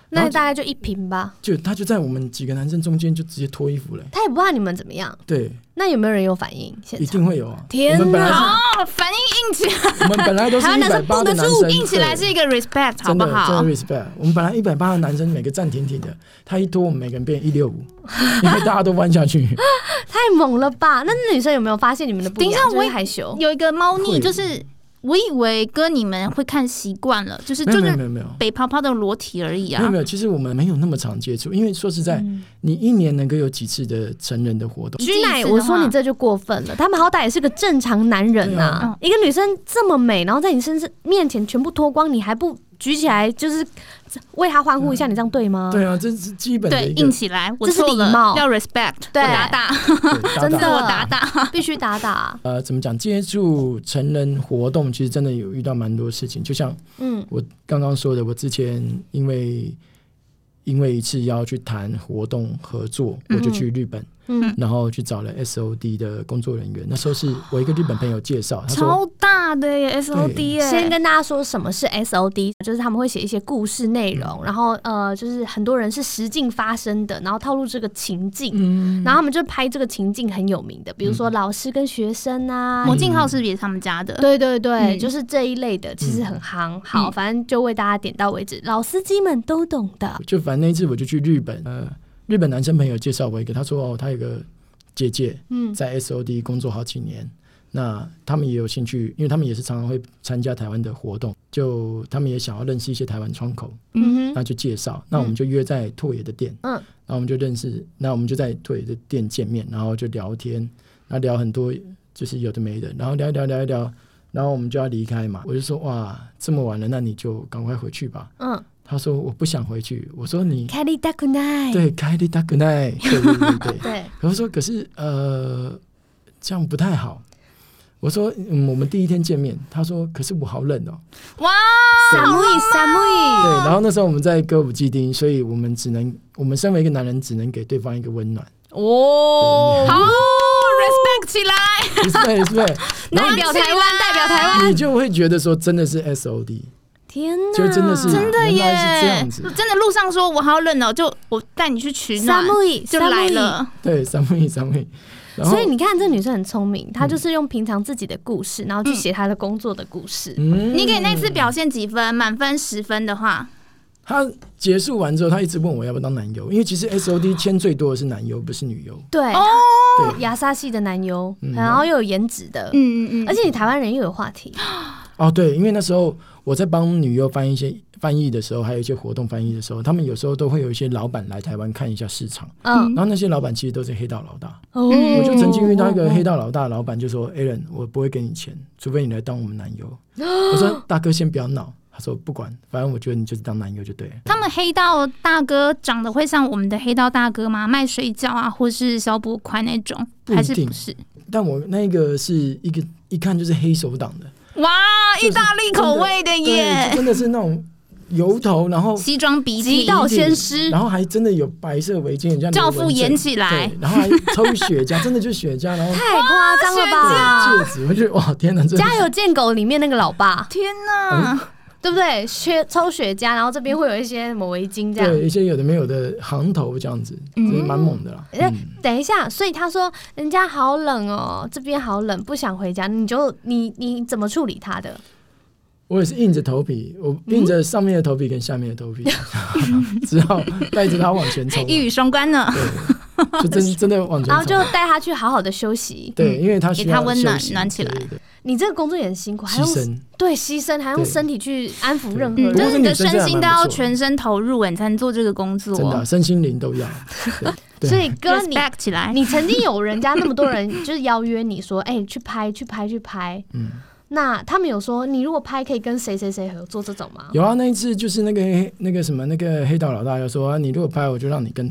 [SPEAKER 2] 然
[SPEAKER 3] 那
[SPEAKER 2] 后就
[SPEAKER 3] 大概就一瓶吧。
[SPEAKER 2] 就他就在我们几个男生中间就直接脱衣服了。
[SPEAKER 3] 他也不怕你们怎么样。
[SPEAKER 2] 对，
[SPEAKER 3] 那有没有人有反应？现
[SPEAKER 2] 一
[SPEAKER 3] 场
[SPEAKER 2] 定会有啊！
[SPEAKER 3] 天
[SPEAKER 2] 我们本来是，
[SPEAKER 1] 哦，反应硬起来，
[SPEAKER 2] 我们本来都是
[SPEAKER 1] 台湾
[SPEAKER 2] 一
[SPEAKER 1] 男
[SPEAKER 2] 百
[SPEAKER 1] 生
[SPEAKER 2] 八
[SPEAKER 1] 绷
[SPEAKER 2] 的
[SPEAKER 1] 得
[SPEAKER 2] 男
[SPEAKER 1] 住，
[SPEAKER 2] 生，
[SPEAKER 1] 硬起来是
[SPEAKER 2] 对
[SPEAKER 1] 一个 respect，好
[SPEAKER 2] 真
[SPEAKER 1] 不
[SPEAKER 2] 的
[SPEAKER 1] 好
[SPEAKER 2] 真的？respect。我们本来一百八的男生，每个站挺挺的，他一拖，我们每个人变一六 五，因为大家都弯下去。
[SPEAKER 3] 太猛了吧？那女生有没有发现你们的不一样？
[SPEAKER 1] 等一下
[SPEAKER 3] 就会
[SPEAKER 1] 我也
[SPEAKER 3] 害羞。
[SPEAKER 1] 有一个猫腻，
[SPEAKER 2] 会
[SPEAKER 1] 就是我以为哥你们会看习惯了，就是
[SPEAKER 2] 没
[SPEAKER 1] 就
[SPEAKER 2] 有没有
[SPEAKER 1] 是
[SPEAKER 2] 没有没有
[SPEAKER 1] 北泡泡的裸体而已
[SPEAKER 2] 没有
[SPEAKER 1] 啊
[SPEAKER 2] 没。有，其实我们没有那么常接触，因为说实在，
[SPEAKER 3] 嗯
[SPEAKER 2] 你一年能够有几次的成人的活动？
[SPEAKER 3] 居
[SPEAKER 1] 一进
[SPEAKER 3] 奶，
[SPEAKER 1] 一次
[SPEAKER 3] 我
[SPEAKER 1] 的话
[SPEAKER 3] 说你这就过分了。他们好歹也是个正常男人呐、
[SPEAKER 1] 对啊
[SPEAKER 3] 一个女生这么美，然后在你身上面前全部脱光，你还不举起来就是为她欢呼一下，你这样对吗？
[SPEAKER 2] 对啊，这是基本的
[SPEAKER 1] 嗯对，
[SPEAKER 2] 一
[SPEAKER 1] 硬
[SPEAKER 2] 个
[SPEAKER 1] 起来，我
[SPEAKER 3] 这是
[SPEAKER 1] 错了
[SPEAKER 3] 礼貌，
[SPEAKER 1] 要 respect，
[SPEAKER 3] 对
[SPEAKER 1] 我打打，
[SPEAKER 2] 对搭
[SPEAKER 3] 真的
[SPEAKER 1] 自
[SPEAKER 2] 档
[SPEAKER 1] 我打打。
[SPEAKER 3] 必须打打。
[SPEAKER 2] 呃，怎么讲？接触成人活动，其实真的有遇到蛮多事情。就像
[SPEAKER 3] 嗯，
[SPEAKER 2] 我刚刚说的，我之前因为因为一次要去谈活动合作，我就去日本，
[SPEAKER 3] 嗯
[SPEAKER 2] 然后去找了 SOD 的工作人员。那时候是我一个日本朋友介绍，他说
[SPEAKER 1] 超大的耶，SOD 耶，
[SPEAKER 3] 先跟大家说什么是 SOD，就是他们会写一些故事内容，然后呃，就是很多人是实境发生的，然后套路这个情境，
[SPEAKER 2] 嗯
[SPEAKER 3] 然后他们就拍这个情境很有名的，比如说老师跟学生啊，
[SPEAKER 1] 魔镜号是不是也是他们家的？
[SPEAKER 3] 对对对，
[SPEAKER 1] 嗯
[SPEAKER 3] 就是这一类的，其实很夯。好，反正就为大家点到为止，老司机们都懂的。
[SPEAKER 2] 就反正那一次我就去日本，呃，日本男生朋友介绍我一个，他说哦，他有个姐姐
[SPEAKER 3] 嗯
[SPEAKER 2] 在 SOD 工作好几年，那他们也有兴趣，因为他们也是常常会参加台湾的活动，就他们也想要认识一些台湾窗口，
[SPEAKER 3] 嗯哼，
[SPEAKER 2] 那就介绍，那我们就约在拓野的店，
[SPEAKER 3] 嗯
[SPEAKER 2] 那我们就认识，那我们就在拓野的店见面，然后就聊天，然后聊很多就是有的没的，然后聊一聊聊一聊，然后我们就要离开嘛，我就说哇，这么晚了，那你就赶快回去吧。
[SPEAKER 3] 嗯
[SPEAKER 2] 他说我不想回去，我说你
[SPEAKER 3] 凯 a 大 i 奈，
[SPEAKER 2] 对，开的大 good night，对对对对。
[SPEAKER 3] 对，
[SPEAKER 2] 我说可是呃，这样不太好。我说嗯，我们第一天见面，他说可是我好冷哦。
[SPEAKER 1] 哇，啊
[SPEAKER 3] 萨木伊萨木伊，
[SPEAKER 2] 对，然后那时候我们在歌舞伎町，所以我们只能，我们身为一个男人，只能给对方一个温暖。
[SPEAKER 1] 哦，好，respect 起来，
[SPEAKER 2] 是不是？是不是？然
[SPEAKER 3] 代
[SPEAKER 2] 后
[SPEAKER 3] 表台湾，代表台湾，
[SPEAKER 2] 你就会觉得说，真的是 S O D，
[SPEAKER 3] 天哪，
[SPEAKER 2] 就真的是
[SPEAKER 1] 嗯真的
[SPEAKER 2] 原来是这
[SPEAKER 1] 耶
[SPEAKER 2] 样子，
[SPEAKER 1] 真的路上说我好冷哦，就我带你去取
[SPEAKER 3] 萨
[SPEAKER 1] 暖，
[SPEAKER 3] 木伊
[SPEAKER 1] 就来。了。
[SPEAKER 2] 对，三妹三妹。然后嗯
[SPEAKER 3] 所以你看，这女生很聪明，她就是用平常自己的故事，然后去写她的工作的故事。
[SPEAKER 2] 嗯
[SPEAKER 1] 你给那次表现几分？满分十分的话，
[SPEAKER 2] 他结束完之后，他一直问我要不要当男优，因为其实 S O D 签最多的是男优，不是女优。
[SPEAKER 3] 对，
[SPEAKER 2] 对，
[SPEAKER 3] 亚莎系的男优，
[SPEAKER 2] 嗯
[SPEAKER 3] 然后又有颜值的，
[SPEAKER 1] 嗯嗯
[SPEAKER 3] 而且你台湾人又有话题，
[SPEAKER 2] 哦，对，因为那时候我在帮女优翻译一些翻译的时候，还有一些活动翻译的时候，他们有时候都会有一些老板来台湾看一下市场，
[SPEAKER 3] 嗯，
[SPEAKER 2] 然后那些老板其实都是黑道老大。
[SPEAKER 3] 哦
[SPEAKER 1] 嗯
[SPEAKER 2] 我就曾经遇到一个黑道老大，老板就说：“Aaron，我不会给你钱，除非你来当我们男优。” 我说：“大哥，先不要闹。”他说：“不管，反正我觉得你就是当男优就对了。
[SPEAKER 1] 他们黑道大哥长得会像我们的黑道大哥吗？卖水饺啊，或是小波块那种，
[SPEAKER 2] 不一定
[SPEAKER 1] 还是不是？”
[SPEAKER 2] 但我那个是一个一看就是黑手党的，
[SPEAKER 1] 哇，
[SPEAKER 2] 就是
[SPEAKER 1] 意大利口味的
[SPEAKER 2] 对，就
[SPEAKER 1] 耶，
[SPEAKER 2] 真的是那种油头，然后
[SPEAKER 1] 西装笔
[SPEAKER 3] 极
[SPEAKER 1] 挺，
[SPEAKER 3] 道先师，
[SPEAKER 2] 然后还真的有白色围巾，人家
[SPEAKER 1] 教父演起来
[SPEAKER 2] 对，，然后还抽雪茄，真的就是雪茄，然后
[SPEAKER 3] 太夸张了吧！
[SPEAKER 2] 戒指，我觉得哇，天哪，真的
[SPEAKER 3] 家有贱狗里面那个 老爸，
[SPEAKER 1] 天哪！
[SPEAKER 3] 对不对？雪抽雪茄，然后这边会有一些某围巾这样。
[SPEAKER 2] 对一些有的没有的行头这样子，
[SPEAKER 1] 嗯
[SPEAKER 2] 真的蛮猛的啦。
[SPEAKER 3] 哎、
[SPEAKER 2] 嗯
[SPEAKER 3] 等一下，所以他说人家好冷哦，这边好冷，不想回家，你就你你怎么处理他的？
[SPEAKER 2] 我也是硬着头皮，我硬着上面的头皮跟下面的 头皮，只好带着他往前冲啊。
[SPEAKER 1] 一语双关呢，
[SPEAKER 2] 对，就真真的往前
[SPEAKER 3] 然后就
[SPEAKER 2] 冲。
[SPEAKER 3] 带他去好好的休息。
[SPEAKER 2] 对，因为他需
[SPEAKER 1] 给他
[SPEAKER 2] 要
[SPEAKER 1] 温暖
[SPEAKER 2] 休息
[SPEAKER 1] 暖起来
[SPEAKER 2] 对对对
[SPEAKER 3] 你这个工作也很辛苦，还
[SPEAKER 2] 牺
[SPEAKER 1] 哦
[SPEAKER 3] 用
[SPEAKER 2] 牲。
[SPEAKER 3] 对牺牲，还用
[SPEAKER 2] 对
[SPEAKER 3] 身体去安抚任何
[SPEAKER 1] 嗯，
[SPEAKER 2] 不
[SPEAKER 1] 就是
[SPEAKER 2] 过这
[SPEAKER 3] 人。
[SPEAKER 1] 你的
[SPEAKER 2] 女生
[SPEAKER 1] 身
[SPEAKER 2] 真的还蛮不错的
[SPEAKER 1] 心都要全身投入，欸你才能做这个工
[SPEAKER 2] 真的
[SPEAKER 1] 作
[SPEAKER 2] 啊。身心灵都要。对对
[SPEAKER 3] 所以哥，你
[SPEAKER 1] ，respect 起来，
[SPEAKER 3] 你曾经有人家那么多人就是邀约你说，哎、去拍去拍去拍，
[SPEAKER 2] 嗯
[SPEAKER 3] 那他们有说你如果拍可以跟谁谁谁合作这种吗？
[SPEAKER 2] 有啊，那一次就是那个黑那个什么那个黑道老大就说、啊你如果拍我就让你跟，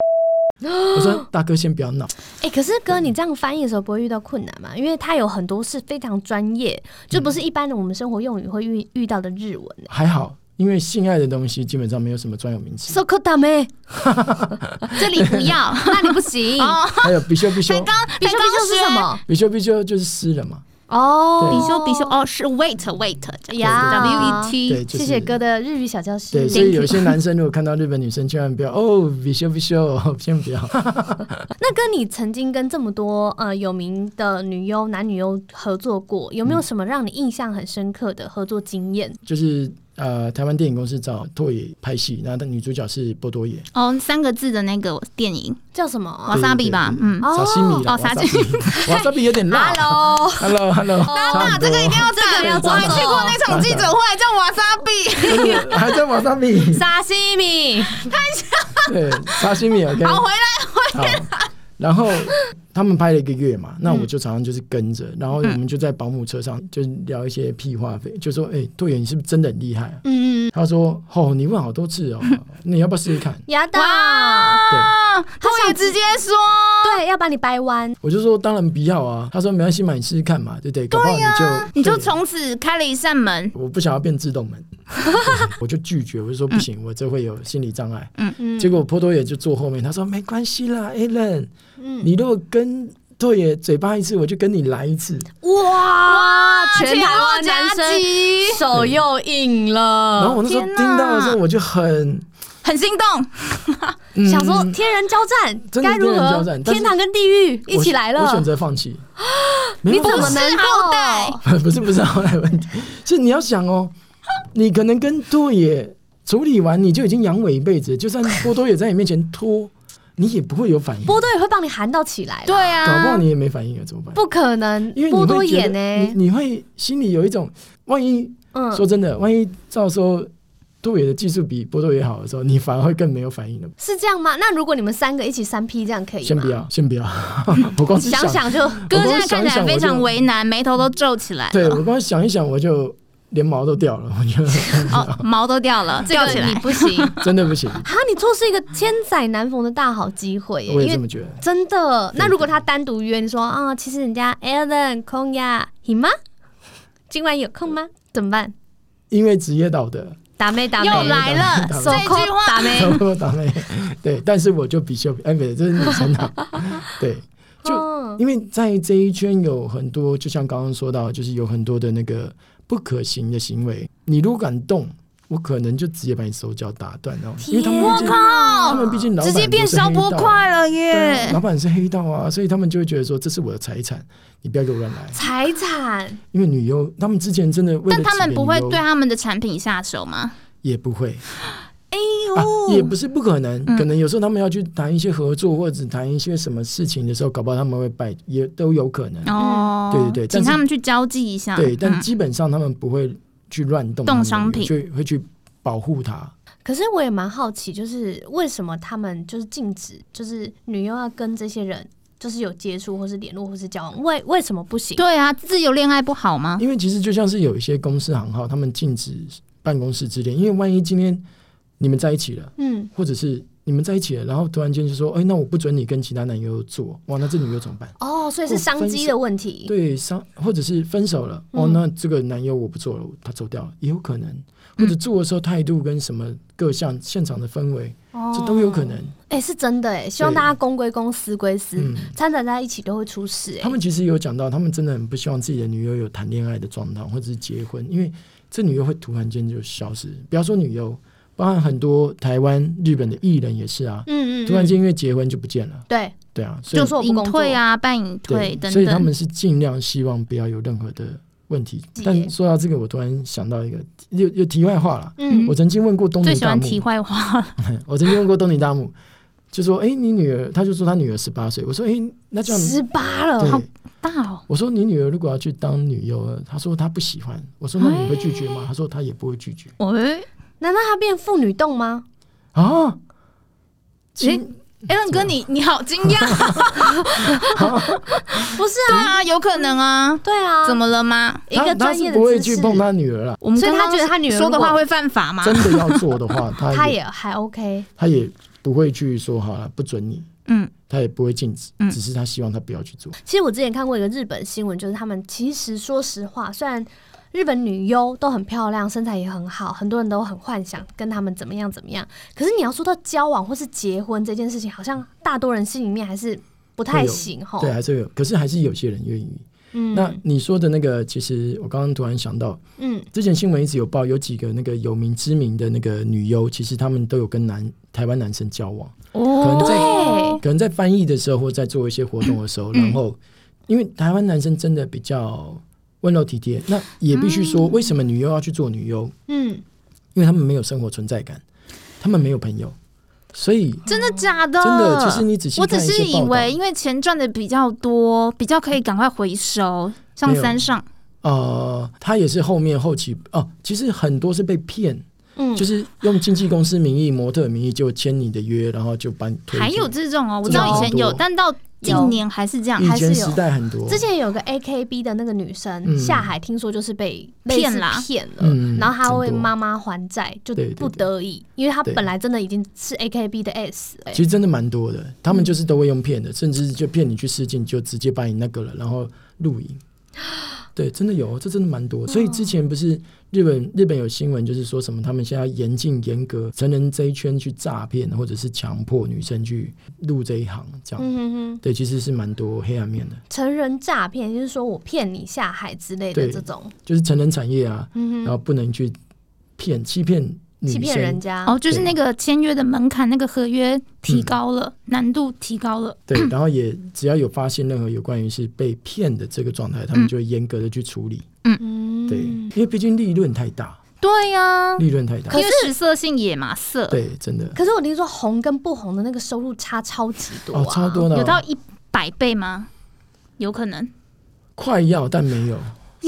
[SPEAKER 2] 我说大哥先不要闹，
[SPEAKER 3] 哎、可是哥，你这样翻译的时候不会遇到困难吗？因为它有很
[SPEAKER 2] 嗯
[SPEAKER 3] 多是非常专业，就不是一般的我们生活用语会遇遇到的日文、欸
[SPEAKER 2] 还好，因为性爱的东西基本上没有什么专有名词，
[SPEAKER 3] so k o d a m e
[SPEAKER 1] 这里不 要
[SPEAKER 3] 那你不 行。
[SPEAKER 1] 哦。
[SPEAKER 2] 还有比修比修
[SPEAKER 1] 才，刚
[SPEAKER 3] 比
[SPEAKER 1] 才
[SPEAKER 3] 修
[SPEAKER 1] 刚
[SPEAKER 3] 比修是
[SPEAKER 1] 学
[SPEAKER 3] 什？么？
[SPEAKER 2] 比修比修就是湿了嘛，
[SPEAKER 3] 哦，啊
[SPEAKER 1] 比修比修，哦，是 wait wait
[SPEAKER 3] 呀
[SPEAKER 1] w e
[SPEAKER 2] 对，
[SPEAKER 1] t
[SPEAKER 2] 就是
[SPEAKER 3] 谢谢哥的日语小教室。
[SPEAKER 2] 对，所以
[SPEAKER 1] Thank you
[SPEAKER 2] 有些男生如果看到日本女生，千万不要哦，比修比修， 千万不要。
[SPEAKER 3] 那跟你曾经跟这么多呃有名的女优、男女优合作过，有没
[SPEAKER 2] 嗯
[SPEAKER 3] 有什么让你印象很深刻的合作经验？
[SPEAKER 2] 就是呃，台湾电影公司找拓野拍戏，那的女主角是波多野，
[SPEAKER 1] 哦，三个字的那个电影
[SPEAKER 3] 叫什么啊
[SPEAKER 1] 瓦萨比吧
[SPEAKER 2] 对，
[SPEAKER 1] 嗯，
[SPEAKER 3] 哦
[SPEAKER 2] 沙西米啦
[SPEAKER 1] 哦沙西
[SPEAKER 2] 米，哇，沙比有点辣。
[SPEAKER 3] ？Hello，
[SPEAKER 2] Hello Hello，差很多。
[SPEAKER 1] 要这
[SPEAKER 3] 个要
[SPEAKER 1] 我还
[SPEAKER 3] 抓
[SPEAKER 1] 去过那场记者会，叫瓦萨比，
[SPEAKER 2] 就是 还在瓦萨比，
[SPEAKER 3] 沙西米，
[SPEAKER 2] 对，沙西米 OK。
[SPEAKER 1] 好回来。嗯
[SPEAKER 2] 好，然后他们拍了一个月嘛，那我就常常就是跟着，然后我们就在保姆车上就聊一些屁话，就说：“哎，拓野你是不是真的很厉害啊？”
[SPEAKER 3] 嗯嗯，
[SPEAKER 2] 他说：“哦，你问好多次 哦，那你要不要试试看
[SPEAKER 3] 牙达，
[SPEAKER 2] 对
[SPEAKER 1] 哇！啊他
[SPEAKER 3] 想
[SPEAKER 1] 想直接说，
[SPEAKER 3] 对，要把你掰弯，？”
[SPEAKER 2] 我就说：“当然不要啊。”他说：“没关系嘛，你试试看嘛，对不对？搞不好你就
[SPEAKER 1] 你就
[SPEAKER 2] 对
[SPEAKER 1] 从此开了一扇门。
[SPEAKER 2] 我不想要变自 动门，对我就拒绝，我就说不行，我这会有心理障碍。
[SPEAKER 3] 嗯，
[SPEAKER 2] 结果波多野就坐后面，他说没关系啦，Allen，
[SPEAKER 3] 嗯
[SPEAKER 2] 你如果跟拓野嘴巴一次，我就跟你来一次。
[SPEAKER 3] 哇，全台湾男
[SPEAKER 1] 全台湾夹
[SPEAKER 3] 生
[SPEAKER 1] 击
[SPEAKER 3] 手又硬了，
[SPEAKER 2] 然后我那时候
[SPEAKER 1] 天
[SPEAKER 2] 听
[SPEAKER 1] 哪
[SPEAKER 2] 到的时候，我就很、
[SPEAKER 1] 很心动，
[SPEAKER 2] 嗯
[SPEAKER 3] 想说天人交战
[SPEAKER 2] 真的
[SPEAKER 3] 该如
[SPEAKER 2] 天人
[SPEAKER 3] 何
[SPEAKER 2] 交？战但是
[SPEAKER 3] 天堂跟地狱一起来
[SPEAKER 2] 我
[SPEAKER 3] 了
[SPEAKER 2] 选，择放弃。没
[SPEAKER 3] 你
[SPEAKER 2] 有
[SPEAKER 3] 怎么
[SPEAKER 2] 办法
[SPEAKER 3] 能够
[SPEAKER 1] 好歹？
[SPEAKER 2] 不是不是后来问题，是你要想哦，你可能跟拓野处理完，你就已经阳痿一辈子，就算波多野在你面前拖，你也不会有反应，搞
[SPEAKER 3] 波多也会帮你喊到起来
[SPEAKER 1] 对
[SPEAKER 3] 了，
[SPEAKER 1] 啊，
[SPEAKER 2] 不好你也没反应了，怎么办？
[SPEAKER 3] 不可能欸
[SPEAKER 2] 因为，你
[SPEAKER 3] 波多
[SPEAKER 2] 会觉
[SPEAKER 3] 野
[SPEAKER 2] 得
[SPEAKER 3] 呢？
[SPEAKER 2] 你你会心里有一种，万一
[SPEAKER 3] 嗯，
[SPEAKER 2] 说真的，万一到时候杜伟的技术比波多野好的时候，你反而会更没有反应了。
[SPEAKER 3] 是这样吗？那如果你们三个一起三 P，这样可以吗？
[SPEAKER 2] 先不要，先不要， 我光是
[SPEAKER 3] 想啊想就
[SPEAKER 1] 哥现
[SPEAKER 2] 我光
[SPEAKER 1] 在
[SPEAKER 2] 是
[SPEAKER 1] 看
[SPEAKER 2] 想
[SPEAKER 1] 起
[SPEAKER 2] 一
[SPEAKER 1] 来
[SPEAKER 2] 想
[SPEAKER 1] 非常
[SPEAKER 2] 我就
[SPEAKER 1] 为难，眉头都皱起来
[SPEAKER 2] 对
[SPEAKER 1] 了。
[SPEAKER 2] 我光想一想，我就连毛都掉了，我觉得
[SPEAKER 1] 哦，毛都 掉了，
[SPEAKER 3] 这
[SPEAKER 1] 吊
[SPEAKER 3] 个
[SPEAKER 1] 起
[SPEAKER 3] 你
[SPEAKER 1] 来。
[SPEAKER 3] 不行
[SPEAKER 2] 真的不行，
[SPEAKER 3] 哈，你错是一个千载难逢的大好机会耶，
[SPEAKER 2] 我也
[SPEAKER 3] 因
[SPEAKER 2] 这
[SPEAKER 3] 为
[SPEAKER 2] 么觉得。
[SPEAKER 3] 真的。
[SPEAKER 2] 对
[SPEAKER 3] 那如果他单独约你说啊、其实人家 Alan 空呀，行吗？今晚有空吗？怎么办？
[SPEAKER 2] 因为职业道德，
[SPEAKER 3] 打妹打妹，
[SPEAKER 1] 又来了，
[SPEAKER 2] 打妹
[SPEAKER 1] 这句话
[SPEAKER 3] 打妹。
[SPEAKER 2] 我打 妹，对，但是我就比秀，哎，不对，这是女生啊，对，就
[SPEAKER 3] 嗯
[SPEAKER 2] 因为在这一圈有很多，就像刚刚说到，就是有很多的那个不可行的行为，你如果敢动，我可能就直接把你手脚打断哦，因为他们
[SPEAKER 3] 啊
[SPEAKER 2] 毕竟啊
[SPEAKER 3] 哦
[SPEAKER 2] 他们毕竟老
[SPEAKER 1] 哦
[SPEAKER 2] 板
[SPEAKER 1] 直接变
[SPEAKER 2] 不是黑
[SPEAKER 1] 消
[SPEAKER 2] 道啊
[SPEAKER 1] 波块了
[SPEAKER 2] 对啊，
[SPEAKER 1] 耶！
[SPEAKER 2] 老板是黑道啊，所以他们就会觉得说这是我的财产，你不要给我乱来，
[SPEAKER 3] 财产
[SPEAKER 2] 因为女优他们之前真的啊为了
[SPEAKER 1] 但他们
[SPEAKER 2] 几个
[SPEAKER 1] 不会
[SPEAKER 2] 女优
[SPEAKER 1] 对啊他们的产品下手吗？
[SPEAKER 2] 也不会。
[SPEAKER 1] 哎
[SPEAKER 2] 啊，也
[SPEAKER 1] 呦，嗯
[SPEAKER 2] 不是不可能，可能有时候他们要去谈一些合作，或者谈一些什么事情的时候，搞不好他们会拜，也都有可能。
[SPEAKER 1] 哦，
[SPEAKER 2] 对对对
[SPEAKER 1] 请
[SPEAKER 2] 但是
[SPEAKER 1] 他们去交际一下。
[SPEAKER 2] 对，但
[SPEAKER 1] 嗯
[SPEAKER 2] 基本上他们不会去乱
[SPEAKER 1] 动
[SPEAKER 2] 动他们的
[SPEAKER 1] 商品
[SPEAKER 2] 就会去保护它。
[SPEAKER 3] 可是我也蛮好奇，就是为什么他们就是禁止，就是女优要跟这些人就是有接触，或是联络，或是交往，为为什么不行？
[SPEAKER 1] 对啊，自由恋爱不好吗？
[SPEAKER 2] 因为其实就像是有一些公司行号，他们禁止办公室之恋，因为万一今天你们在一起了，
[SPEAKER 3] 嗯，
[SPEAKER 2] 或者是你们在一起了，然后突然间就说，哎，那我不准你跟其他男友做，哇，那这女优怎么办？
[SPEAKER 3] 哦，所以是商机的问题。
[SPEAKER 2] 对，伤或者是分手了，哦，
[SPEAKER 3] 嗯
[SPEAKER 2] 那这个男友我不做了，他走掉了，也有可能，或者做的时候态度跟什么各项现场的氛围，
[SPEAKER 3] 哦
[SPEAKER 2] 这都有可能。
[SPEAKER 3] 哎、是真的哎、希望
[SPEAKER 2] 对
[SPEAKER 3] 大家公归公，私归私，
[SPEAKER 2] 嗯，
[SPEAKER 3] 掺杂在一起都会出事哎、
[SPEAKER 2] 他们其实有讲到，他们真的很不希望自己的女友有谈恋爱的状态，或者是结婚，因为这女优会突然间就消失。不要说女优，包含很多台湾、日本的艺人也是啊，
[SPEAKER 3] 嗯嗯嗯，
[SPEAKER 2] 突然间因为结婚就不见了。
[SPEAKER 3] 对，
[SPEAKER 2] 对啊，所以
[SPEAKER 3] 就说我不
[SPEAKER 1] 隐
[SPEAKER 3] 工作
[SPEAKER 1] 退，啊，半隐退
[SPEAKER 2] 对，
[SPEAKER 1] 等
[SPEAKER 2] 所以他
[SPEAKER 1] 等。
[SPEAKER 2] 们是尽量希望不要有任何的问题
[SPEAKER 3] 解。
[SPEAKER 2] 但说到这个，我突然想到一个，又又题外话了。
[SPEAKER 3] 嗯
[SPEAKER 2] 我曾经问过东
[SPEAKER 1] 最
[SPEAKER 2] 尼
[SPEAKER 1] 喜
[SPEAKER 2] 大
[SPEAKER 1] 欢题
[SPEAKER 2] 木，
[SPEAKER 1] 坏话，
[SPEAKER 2] 我曾经问过东尼大木，就说：“哎、你女儿？”他就说他女儿十八岁。我说：“哎、那这样
[SPEAKER 3] 十八了，好
[SPEAKER 2] 对，
[SPEAKER 1] 大哦，
[SPEAKER 2] 我说你女儿如果要去当女优，她说她不喜欢。我说那你会拒绝
[SPEAKER 3] 哎
[SPEAKER 2] 吗？她说她也不会拒绝
[SPEAKER 1] 喂，
[SPEAKER 3] 难道他变妇女洞吗？
[SPEAKER 2] 啊。
[SPEAKER 1] 诶
[SPEAKER 2] 亲
[SPEAKER 1] 艾伦
[SPEAKER 2] 啊
[SPEAKER 1] 哥，你你好惊讶，
[SPEAKER 3] 不是
[SPEAKER 1] 对
[SPEAKER 3] 啊，
[SPEAKER 1] 啊，有可能啊，
[SPEAKER 3] 对啊，
[SPEAKER 1] 怎么了吗？
[SPEAKER 3] 一个
[SPEAKER 2] 她她
[SPEAKER 3] 专
[SPEAKER 2] 是
[SPEAKER 3] 业的
[SPEAKER 2] 不会
[SPEAKER 3] 知
[SPEAKER 2] 去
[SPEAKER 3] 识
[SPEAKER 2] 碰她女儿了。
[SPEAKER 1] 我们
[SPEAKER 3] 所以
[SPEAKER 1] 刚
[SPEAKER 3] 他
[SPEAKER 1] 刚
[SPEAKER 3] 觉得他女儿
[SPEAKER 1] 说的
[SPEAKER 3] 如果
[SPEAKER 1] 话会犯法吗？
[SPEAKER 2] 真的要做的 话，她
[SPEAKER 3] 他
[SPEAKER 2] 也
[SPEAKER 3] 也还 OK，
[SPEAKER 2] 她也不会去说好了不准你，
[SPEAKER 1] 嗯，
[SPEAKER 2] 她也不会禁止
[SPEAKER 1] 嗯，
[SPEAKER 2] 只是她希望她不要去做。
[SPEAKER 3] 其实我之前看过一个日本新闻，就是他们其实说实话，虽然日本女优都很漂亮，身材也很好，很多人都很幻想跟她们怎么样怎么样。可是你要说到交往或是结婚这件事情，好像大多人心里面还是不
[SPEAKER 2] 会
[SPEAKER 3] 太
[SPEAKER 2] 有
[SPEAKER 3] 行
[SPEAKER 1] 哦
[SPEAKER 3] 哈。
[SPEAKER 2] 对，还是有，可是还是有些人愿意。
[SPEAKER 3] 嗯
[SPEAKER 2] 那你说的那个，其实我刚刚突然想到，
[SPEAKER 3] 嗯
[SPEAKER 2] 之前新闻一直有报，有几个那个有名知名的那个女优，其实他们都有跟男台湾男生交往，
[SPEAKER 1] 哦
[SPEAKER 2] 可能在
[SPEAKER 3] 对，
[SPEAKER 2] 可能在翻译的时候或在做一些活动的时候，
[SPEAKER 1] 嗯
[SPEAKER 2] 然后因为台湾男生真的比较温柔体贴，那也必须
[SPEAKER 1] 嗯
[SPEAKER 2] 说，为什么女优要去做女优？
[SPEAKER 3] 嗯，
[SPEAKER 2] 因为他们没有生活存在感，他们没有朋友，所以
[SPEAKER 1] 真的假的？
[SPEAKER 2] 真的，其实你仔
[SPEAKER 1] 哦
[SPEAKER 2] 细
[SPEAKER 1] 我
[SPEAKER 2] 看
[SPEAKER 1] 只
[SPEAKER 2] 一
[SPEAKER 1] 是
[SPEAKER 2] 些
[SPEAKER 1] 以
[SPEAKER 2] 报道
[SPEAKER 1] 为，因为钱赚的比较多，比较可以赶快回收，像
[SPEAKER 2] 没有
[SPEAKER 1] 山上，
[SPEAKER 2] 呃，他也是后面后期哦、其实很多是被骗，
[SPEAKER 3] 嗯
[SPEAKER 2] 就是用经纪公司名义、模特名义就签你的约，然后就把你推
[SPEAKER 1] 还
[SPEAKER 2] 进
[SPEAKER 1] 有这种哦，我知道
[SPEAKER 2] 有
[SPEAKER 1] 以前有，
[SPEAKER 2] 有
[SPEAKER 1] 但到近年还是这样
[SPEAKER 2] 以，
[SPEAKER 3] 还是
[SPEAKER 2] 前
[SPEAKER 3] 有
[SPEAKER 2] 时代很多，
[SPEAKER 3] 之前有个 AKB 的那个女生、
[SPEAKER 2] 嗯
[SPEAKER 3] 下海，听说就是被
[SPEAKER 1] 骗
[SPEAKER 3] 类似
[SPEAKER 1] 啦
[SPEAKER 3] 骗了，
[SPEAKER 2] 嗯
[SPEAKER 3] 然后她为
[SPEAKER 2] 很多
[SPEAKER 3] 妈妈还债，就
[SPEAKER 2] 对对
[SPEAKER 3] 不
[SPEAKER 2] 对
[SPEAKER 3] 得已，因为她
[SPEAKER 2] 对
[SPEAKER 3] 本来真的已经是 AKB 的 S 哎、
[SPEAKER 2] 其实真的蛮多的，他
[SPEAKER 3] 嗯
[SPEAKER 2] 们就是都会用骗的，甚至就骗你去试镜，就直接把你那个了，然后录 影。对，真的有，这真的蛮
[SPEAKER 3] 哦
[SPEAKER 2] 多。所以之前不是日本日本有新闻，就是说什么他们现在要严禁严格成人这一圈去诈骗，或者是强迫女生去入这一行，这样。
[SPEAKER 3] 嗯哼哼，
[SPEAKER 2] 对，其实是蛮多黑暗面的，
[SPEAKER 3] 成人诈骗就是说我骗你下海之类的
[SPEAKER 2] 对
[SPEAKER 3] 这种，
[SPEAKER 2] 就是成人产业啊，
[SPEAKER 3] 嗯
[SPEAKER 2] 然后不能去骗欺骗女
[SPEAKER 3] 欺
[SPEAKER 2] 生，
[SPEAKER 3] 骗人家。
[SPEAKER 1] 哦，就是
[SPEAKER 2] 对
[SPEAKER 1] 那个签约的门槛，那个合约提高
[SPEAKER 2] 嗯
[SPEAKER 1] 了，难度提高了。
[SPEAKER 2] 对， 然后也只要有发现任何有关于是被骗的这个状态，他们就会严格的去处理。
[SPEAKER 3] 嗯，
[SPEAKER 2] 对，因为毕竟利润太大，
[SPEAKER 1] 对呀、
[SPEAKER 2] 利润太大
[SPEAKER 3] 可。
[SPEAKER 1] 因为
[SPEAKER 3] 是
[SPEAKER 1] 食色性也嘛，色
[SPEAKER 2] 对，真的
[SPEAKER 3] 可是我听说红跟不红的那个收入差超级多、啊
[SPEAKER 2] 哦，超多的哦，
[SPEAKER 1] 有到一百倍吗？有可能。
[SPEAKER 2] 快要，但没有。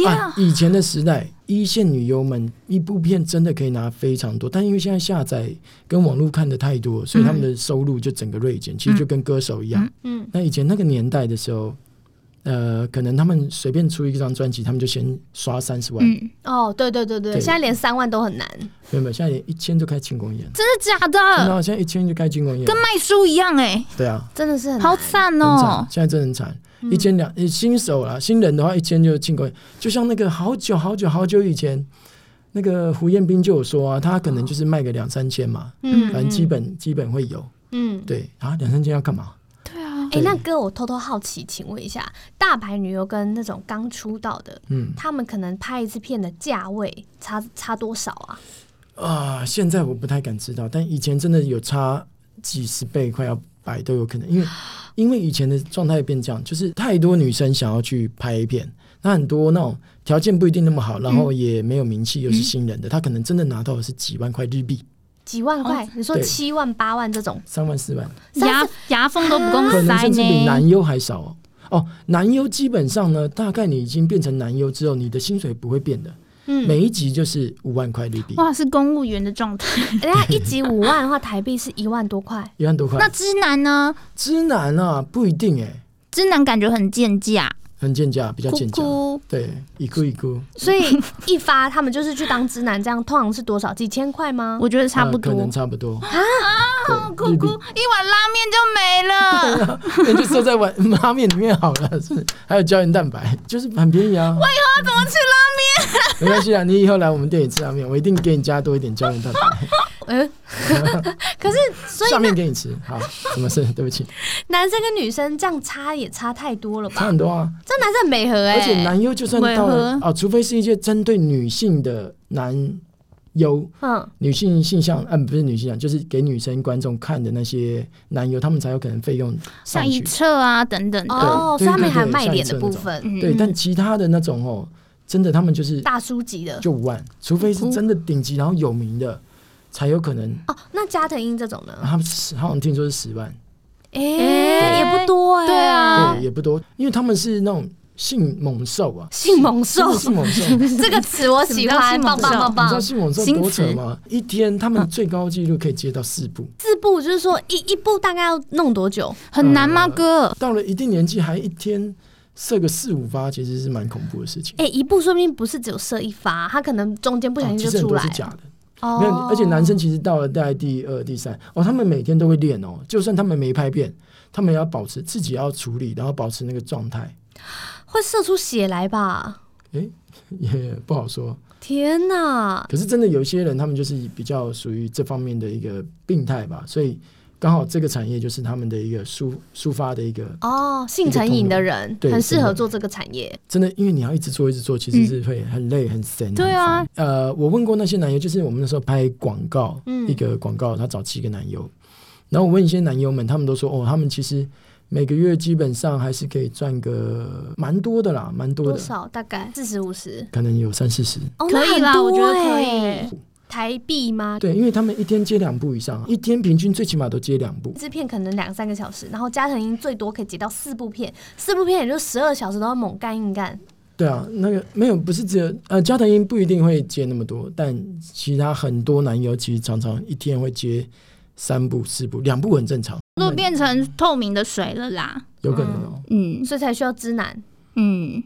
[SPEAKER 2] 啊，以前的时代，一线女优们一部片真的可以拿非常多，但因为现在下载跟网络看的太多，所以他们的收入就整个锐减，其实就跟歌手一样。
[SPEAKER 3] 嗯
[SPEAKER 2] 那以前那个年代的时候，呃，可能他们随便出一张专辑，他们就先刷三十万，
[SPEAKER 1] 嗯，
[SPEAKER 3] 哦，对对对对，
[SPEAKER 2] 对
[SPEAKER 3] 现在连三万都很难，
[SPEAKER 2] 没有没有，现在连一千就开庆功宴，
[SPEAKER 1] 真的假
[SPEAKER 2] 真的
[SPEAKER 1] 的？
[SPEAKER 2] 啊、现在一千就开庆功宴
[SPEAKER 1] 跟，卖书一样哎、
[SPEAKER 2] 对啊，
[SPEAKER 3] 真的是很
[SPEAKER 1] 好惨
[SPEAKER 2] 很惨
[SPEAKER 1] 哦，！嗯
[SPEAKER 2] 现在真的很惨，一千两呃新手啦，新人的话一千就庆功宴，就像那个好久好久好久以前，那个胡彦斌就有说啊，他可能就是卖个两三千嘛，
[SPEAKER 1] 嗯
[SPEAKER 2] 反正基本基本会有，
[SPEAKER 3] 嗯。
[SPEAKER 2] 对啊，两三千要干嘛？
[SPEAKER 1] 对啊，
[SPEAKER 3] 哎、
[SPEAKER 2] 对
[SPEAKER 3] 那哥，我偷偷好奇，请问一下，大牌女优跟那种刚出道的，
[SPEAKER 2] 嗯
[SPEAKER 3] 他们可能拍一次片的价位差差多少啊？
[SPEAKER 2] 啊，现在我不太敢知道，但以前真的有差几十倍，快要百都有可能，因为因为以前的状态变这样，就是太多女生想要去拍 A 片，那很多那种条件不一定那么好，然后也没有名气，又是新人的，他可能真的拿到的是几万块日
[SPEAKER 1] 嗯
[SPEAKER 2] 币。
[SPEAKER 3] 几万块？你说
[SPEAKER 2] 哦对
[SPEAKER 3] 七万八万这种？
[SPEAKER 2] 三万四万，
[SPEAKER 3] 三
[SPEAKER 1] 牙牙缝都不够
[SPEAKER 2] 可能
[SPEAKER 1] 塞
[SPEAKER 2] 甚至比
[SPEAKER 1] 呢。
[SPEAKER 2] 男优还少哦。哦，男优基本上呢，大概你已经变成男优之后，你的薪水不会变的，
[SPEAKER 3] 嗯，
[SPEAKER 2] 每一集就是五万块日币，
[SPEAKER 1] 哇，是公务员的状态。
[SPEAKER 3] 人哎家一集五万的话，台币是一万 多块。
[SPEAKER 2] 一万多块
[SPEAKER 1] 那。知男呢？
[SPEAKER 2] 知男啊，不一定哎、
[SPEAKER 1] 知男感觉很贱价，
[SPEAKER 2] 很贱价，比较
[SPEAKER 1] 哭
[SPEAKER 2] 贱价。
[SPEAKER 1] 哭。
[SPEAKER 2] 对，一哭一哭，
[SPEAKER 3] 所以一发他们就是去当直男，这样通常是多少？几千块吗？
[SPEAKER 1] 我觉得差不
[SPEAKER 2] 呃可
[SPEAKER 1] 多
[SPEAKER 2] 能。差不多啊，
[SPEAKER 1] 哭哭，一碗拉面就没了。
[SPEAKER 2] 那就收在碗 拉面里面好了， 是还有胶原蛋白，就是很便宜啊。
[SPEAKER 1] 他怎么吃拉
[SPEAKER 2] 没关系啊，你以后来我们店里吃拉面，我一定给你加多一点胶原蛋
[SPEAKER 1] 哦
[SPEAKER 2] 白，
[SPEAKER 3] 嗯，可是所以
[SPEAKER 2] 下面给你吃。好，什么事？对不起，
[SPEAKER 3] 男生跟女生这样差也差太多了
[SPEAKER 2] 差
[SPEAKER 3] 吧？
[SPEAKER 2] 很多啊。
[SPEAKER 3] 这男生很美和哎、
[SPEAKER 2] 而且男优就算到了
[SPEAKER 1] 违
[SPEAKER 2] 哦，除非是一些针对女性的男优、
[SPEAKER 3] 嗯，
[SPEAKER 2] 女性性向，嗯、不是女性向，就是给女生观众看的那些男优，他们才有可能费用
[SPEAKER 1] 像
[SPEAKER 2] 上
[SPEAKER 1] 一
[SPEAKER 2] 去。
[SPEAKER 1] 侧啊等等的。
[SPEAKER 3] 哦，
[SPEAKER 2] 对
[SPEAKER 3] 所以他们
[SPEAKER 2] 对
[SPEAKER 3] 还有
[SPEAKER 2] 对
[SPEAKER 3] 卖
[SPEAKER 2] 像
[SPEAKER 3] 脸
[SPEAKER 2] 你说
[SPEAKER 3] 的部
[SPEAKER 2] 那种
[SPEAKER 3] 分，
[SPEAKER 1] 嗯
[SPEAKER 2] 对，但其他的那种哦，真的他们就是
[SPEAKER 3] 大嗯叔级的。
[SPEAKER 2] 就五万，除非是真的顶级然后有名的，才有可能。
[SPEAKER 3] 哦，那加藤鹰这种
[SPEAKER 2] 啊
[SPEAKER 3] 呢？
[SPEAKER 2] 他们是好像听说是十万，
[SPEAKER 3] 哎、
[SPEAKER 1] 哎
[SPEAKER 3] 也不多哎、
[SPEAKER 1] 对啊
[SPEAKER 2] 对，也不多，因为他们是那种性猛兽啊，
[SPEAKER 3] 性猛
[SPEAKER 2] 真
[SPEAKER 3] 兽
[SPEAKER 2] 的性猛兽。 你
[SPEAKER 3] 这个词我喜欢，
[SPEAKER 1] 什么叫
[SPEAKER 3] 棒
[SPEAKER 1] 性猛兽
[SPEAKER 3] 棒棒嗯
[SPEAKER 2] 知道
[SPEAKER 3] 棒！
[SPEAKER 2] 性猛兽
[SPEAKER 1] 新
[SPEAKER 2] 多扯
[SPEAKER 1] 词
[SPEAKER 2] 吗？一天他们最高纪录可以接到四部，
[SPEAKER 3] 四部就是说一一部大概要弄多久？
[SPEAKER 1] 很难吗，
[SPEAKER 2] 呃
[SPEAKER 3] 嗯
[SPEAKER 1] 哥？
[SPEAKER 2] 到了一定年纪还一天射个四五发，其实是蛮恐怖的事情。
[SPEAKER 3] 哎、一部说不定不是只有射一发，他可能中间不小
[SPEAKER 2] 哦
[SPEAKER 3] 心
[SPEAKER 2] 其
[SPEAKER 3] 就
[SPEAKER 2] 实很
[SPEAKER 3] 出
[SPEAKER 2] 多
[SPEAKER 3] 来
[SPEAKER 2] 是
[SPEAKER 3] 了。
[SPEAKER 2] 假的，
[SPEAKER 3] 哦
[SPEAKER 2] 没有。而且男生其实到了大概第二、第三，哦，他们每天都会练哦，就算他们没拍片，他们也要保持自己要处理，然后保持那个状态。
[SPEAKER 3] 会射出血来吧？
[SPEAKER 2] 也不好说。
[SPEAKER 3] 天哪，
[SPEAKER 2] 可是真的有一些人，他们就是比较属于这方面的一个病态吧，所以刚好这个产业就是他们的一个抒抒发的一个，
[SPEAKER 3] 哦，性成瘾的人
[SPEAKER 2] 对
[SPEAKER 3] 很适
[SPEAKER 2] 真
[SPEAKER 3] 合
[SPEAKER 2] 的
[SPEAKER 3] 做这个产业。
[SPEAKER 2] 真的，因为你要一直做一直做，其实是会很累很神。
[SPEAKER 3] 嗯对啊
[SPEAKER 2] 很烦，呃，我问过那些男优，就是我们那时候拍广告，
[SPEAKER 3] 嗯
[SPEAKER 2] 一个广告，他找七个男优，然后我问一些男优们，他们都说哦，他们其实每个月基本上还是可以赚个蛮多的啦，蛮多
[SPEAKER 3] 多
[SPEAKER 2] 的，
[SPEAKER 3] 少？大概四十五十。
[SPEAKER 2] 可能有三四十。
[SPEAKER 3] 哦，
[SPEAKER 1] 可以啦
[SPEAKER 3] 那很多
[SPEAKER 1] 我觉得可
[SPEAKER 3] 欸
[SPEAKER 1] 以。
[SPEAKER 3] 台币吗？
[SPEAKER 2] 对，因为他们一天接两部以上，一天平均最起码都接两部。
[SPEAKER 3] 制片可能两三个小时，然后加藤鹰最多可以接到四部片，四部片也就十二小时都要猛干硬干。
[SPEAKER 2] 对啊，那个没有，不是只有呃，加藤鹰不一定会接那么多，但其他很多男优其实常常一天会接三部、四部，两部很正常，
[SPEAKER 1] 都变成透明的水了啦。
[SPEAKER 2] 有可能哦。
[SPEAKER 1] 嗯
[SPEAKER 3] 所以才需要知男
[SPEAKER 1] 嗯，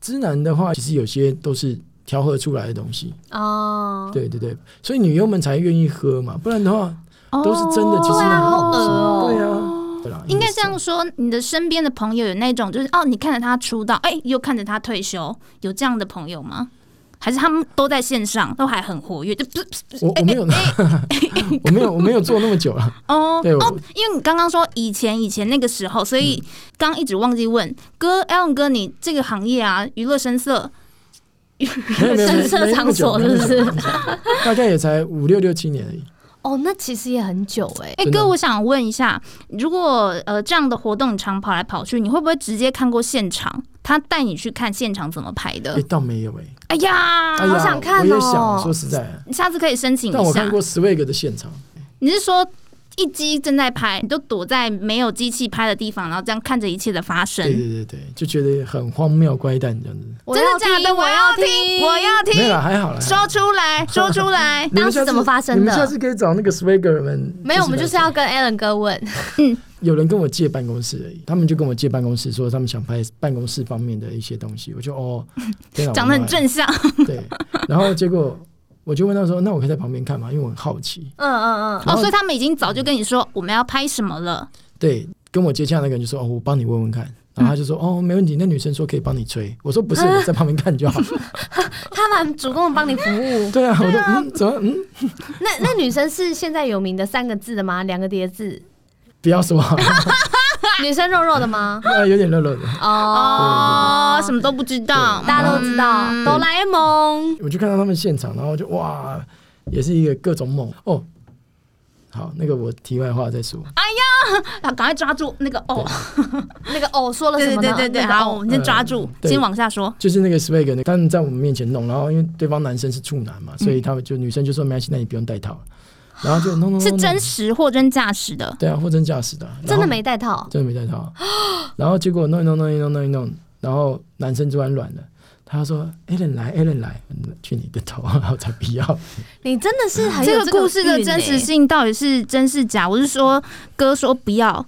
[SPEAKER 2] 直男的话，其实有些都是调和出来的东西，
[SPEAKER 3] 哦。
[SPEAKER 2] 对对对，所以女优们才愿意喝嘛，不然的话都是真的，
[SPEAKER 1] 哦
[SPEAKER 2] 其实
[SPEAKER 3] 对啊
[SPEAKER 2] 男优不是
[SPEAKER 3] 好恶哦
[SPEAKER 2] 对啊，对啦
[SPEAKER 1] 应该这样说，你的身边的朋友有那种就是哦，你看着他出道，哎、又看着他退休，有这样的朋友吗？还是他们都在线上，都还很活跃？就不
[SPEAKER 2] 我
[SPEAKER 3] 哎
[SPEAKER 2] 我没有， 我没有我没有做那么久了，
[SPEAKER 1] 哦
[SPEAKER 2] 对我嗯
[SPEAKER 1] 哦，因为你刚刚说以前以前那个时候，所以刚一直忘记问哥 Alan 哥，你这个行业啊，娱乐声色，
[SPEAKER 2] 没有没有没有
[SPEAKER 3] 深色
[SPEAKER 2] 没有那么久
[SPEAKER 3] 场所哎是不是
[SPEAKER 2] 没有那么久大概也才五六六七年而已。
[SPEAKER 3] 哦，那其实也很久哎、
[SPEAKER 1] 哎、
[SPEAKER 2] 真的
[SPEAKER 1] 哥，我想问一下，如果呃这样的活动你常跑来跑去，你会不会直接看过现场？他带你去看现场怎么拍的
[SPEAKER 2] 诶，？倒没有哎、
[SPEAKER 1] 哎呀，
[SPEAKER 2] 哎呀，
[SPEAKER 3] 嗯好想看哦
[SPEAKER 2] 我也想说实在，
[SPEAKER 1] 你下次可以申请
[SPEAKER 2] 但
[SPEAKER 1] 一
[SPEAKER 2] 我看
[SPEAKER 1] 下。
[SPEAKER 2] 过 Swag 的现场，
[SPEAKER 1] 你是说一机正在拍，你就躲在没有机器拍的地方，然后这样看着一切的发生？
[SPEAKER 2] 对对对对，就觉得很荒谬怪诞这样子。
[SPEAKER 3] 我
[SPEAKER 1] 真
[SPEAKER 3] 要
[SPEAKER 1] 的假
[SPEAKER 3] 听
[SPEAKER 1] 的？
[SPEAKER 3] 我
[SPEAKER 1] 我
[SPEAKER 3] 要
[SPEAKER 1] 要
[SPEAKER 3] 听，
[SPEAKER 1] 听，我要听，
[SPEAKER 2] 没有啦，还好啦。还好。
[SPEAKER 1] 说出来，说出来
[SPEAKER 2] 你们
[SPEAKER 3] 当时
[SPEAKER 2] 下次
[SPEAKER 3] 怎么发生的
[SPEAKER 2] 你们下次可以找那个 Swagger 们。
[SPEAKER 3] 没有，我们就是要跟 Alan 哥问。
[SPEAKER 2] 有人跟我借办公室而已，他们就跟我借办公室，说他们想拍办公室方面的一些东西。我就 哦，天哪
[SPEAKER 1] 讲得很。
[SPEAKER 2] 我
[SPEAKER 1] 正向，
[SPEAKER 2] 妈呀对，然后结果我就问他说：“那我可以在旁边看吗？”因为我很好奇。
[SPEAKER 3] 嗯嗯嗯，
[SPEAKER 2] 然
[SPEAKER 1] 哦，
[SPEAKER 2] 后
[SPEAKER 1] 所以他们已经早就跟你说我们要拍什么了，
[SPEAKER 2] 对，跟我接洽那个人就说：“哦，我帮你问问看。”然后他就说：“哦，没问题。”那女生说可以帮你吹，我说：“ 不是，我在旁边看就好。”。
[SPEAKER 3] 他蛮主动地帮你服务
[SPEAKER 2] 对啊，我就嗯，怎么嗯，
[SPEAKER 3] 那那女生是现在有名的三个字的吗？两个叠字，
[SPEAKER 2] 不要说，
[SPEAKER 3] 女生肉肉的吗？
[SPEAKER 2] 呃，有点热热的。
[SPEAKER 3] 哦
[SPEAKER 1] 哦，，什么都不知道，
[SPEAKER 3] 大家都知道，
[SPEAKER 1] 嗯
[SPEAKER 3] 哆啦 A 梦。
[SPEAKER 2] 我就看到他们现场，然后就哇，也是一个各种猛哦。好，那个我题外话再说。
[SPEAKER 1] 啊，赶快抓住那个哦，
[SPEAKER 3] 那个哦，说了什
[SPEAKER 1] 对
[SPEAKER 3] 么
[SPEAKER 1] 对
[SPEAKER 3] 呢？
[SPEAKER 1] 对对对，
[SPEAKER 3] 那个
[SPEAKER 1] 好，我
[SPEAKER 3] 哦
[SPEAKER 1] 们先抓住，
[SPEAKER 2] 对
[SPEAKER 1] 先往下说。
[SPEAKER 2] 就是那个 swag 呢，他们在我们面前弄，然后因为对方男生是处男嘛，所以他们就女生就说没关系，那你不用戴套，然后就弄弄
[SPEAKER 1] 是
[SPEAKER 2] 弄
[SPEAKER 1] 真实货真价实的，
[SPEAKER 2] 对啊，货真价实的啊，然后
[SPEAKER 3] 真的没戴套，
[SPEAKER 2] 真的没戴套，然后结果弄一弄弄一弄弄一弄，然后男生突然软了，他说 a l a n 来 a l a n 来，嗯去你的头， 然后才不要，
[SPEAKER 3] 你真的是很有
[SPEAKER 1] 这
[SPEAKER 3] 这
[SPEAKER 1] 个故事的真实
[SPEAKER 3] 性。
[SPEAKER 1] 性到底是真是假？我是说，哥说不要，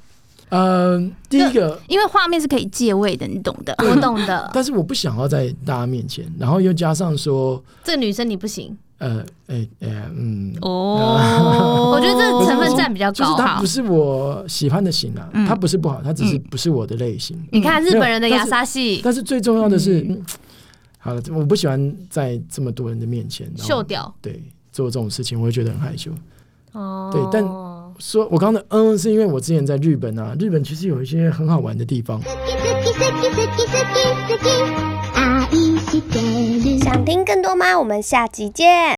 [SPEAKER 2] 呃，第一个。
[SPEAKER 1] 因为画面是可以借位的，你懂的。
[SPEAKER 3] 我懂的，
[SPEAKER 2] 但是我不想要在大家面前，然后又加上说，
[SPEAKER 3] 这个女生你不行，
[SPEAKER 2] 呃，哎、哎、嗯，
[SPEAKER 1] 哦，
[SPEAKER 3] 我觉得这个成分占比较
[SPEAKER 2] 就是
[SPEAKER 3] 高。啊
[SPEAKER 2] 它
[SPEAKER 3] 好
[SPEAKER 2] 不是我喜欢的型啊，
[SPEAKER 1] 嗯
[SPEAKER 2] 它不是不好，它只是不是我的类型。
[SPEAKER 3] 你看日本人的
[SPEAKER 2] 嗯没有
[SPEAKER 3] 雅莎系
[SPEAKER 2] 但是最重要的是，好了，我不喜欢在这么多人的面前然后
[SPEAKER 3] 秀屌
[SPEAKER 2] 对做这种事情，我会觉得很害羞。
[SPEAKER 3] 哦，
[SPEAKER 2] 对但说我刚刚的嗯，是因为我之前在日本啊，日本其实有一些很好玩的地方，
[SPEAKER 4] 想听更多吗？我们下集见。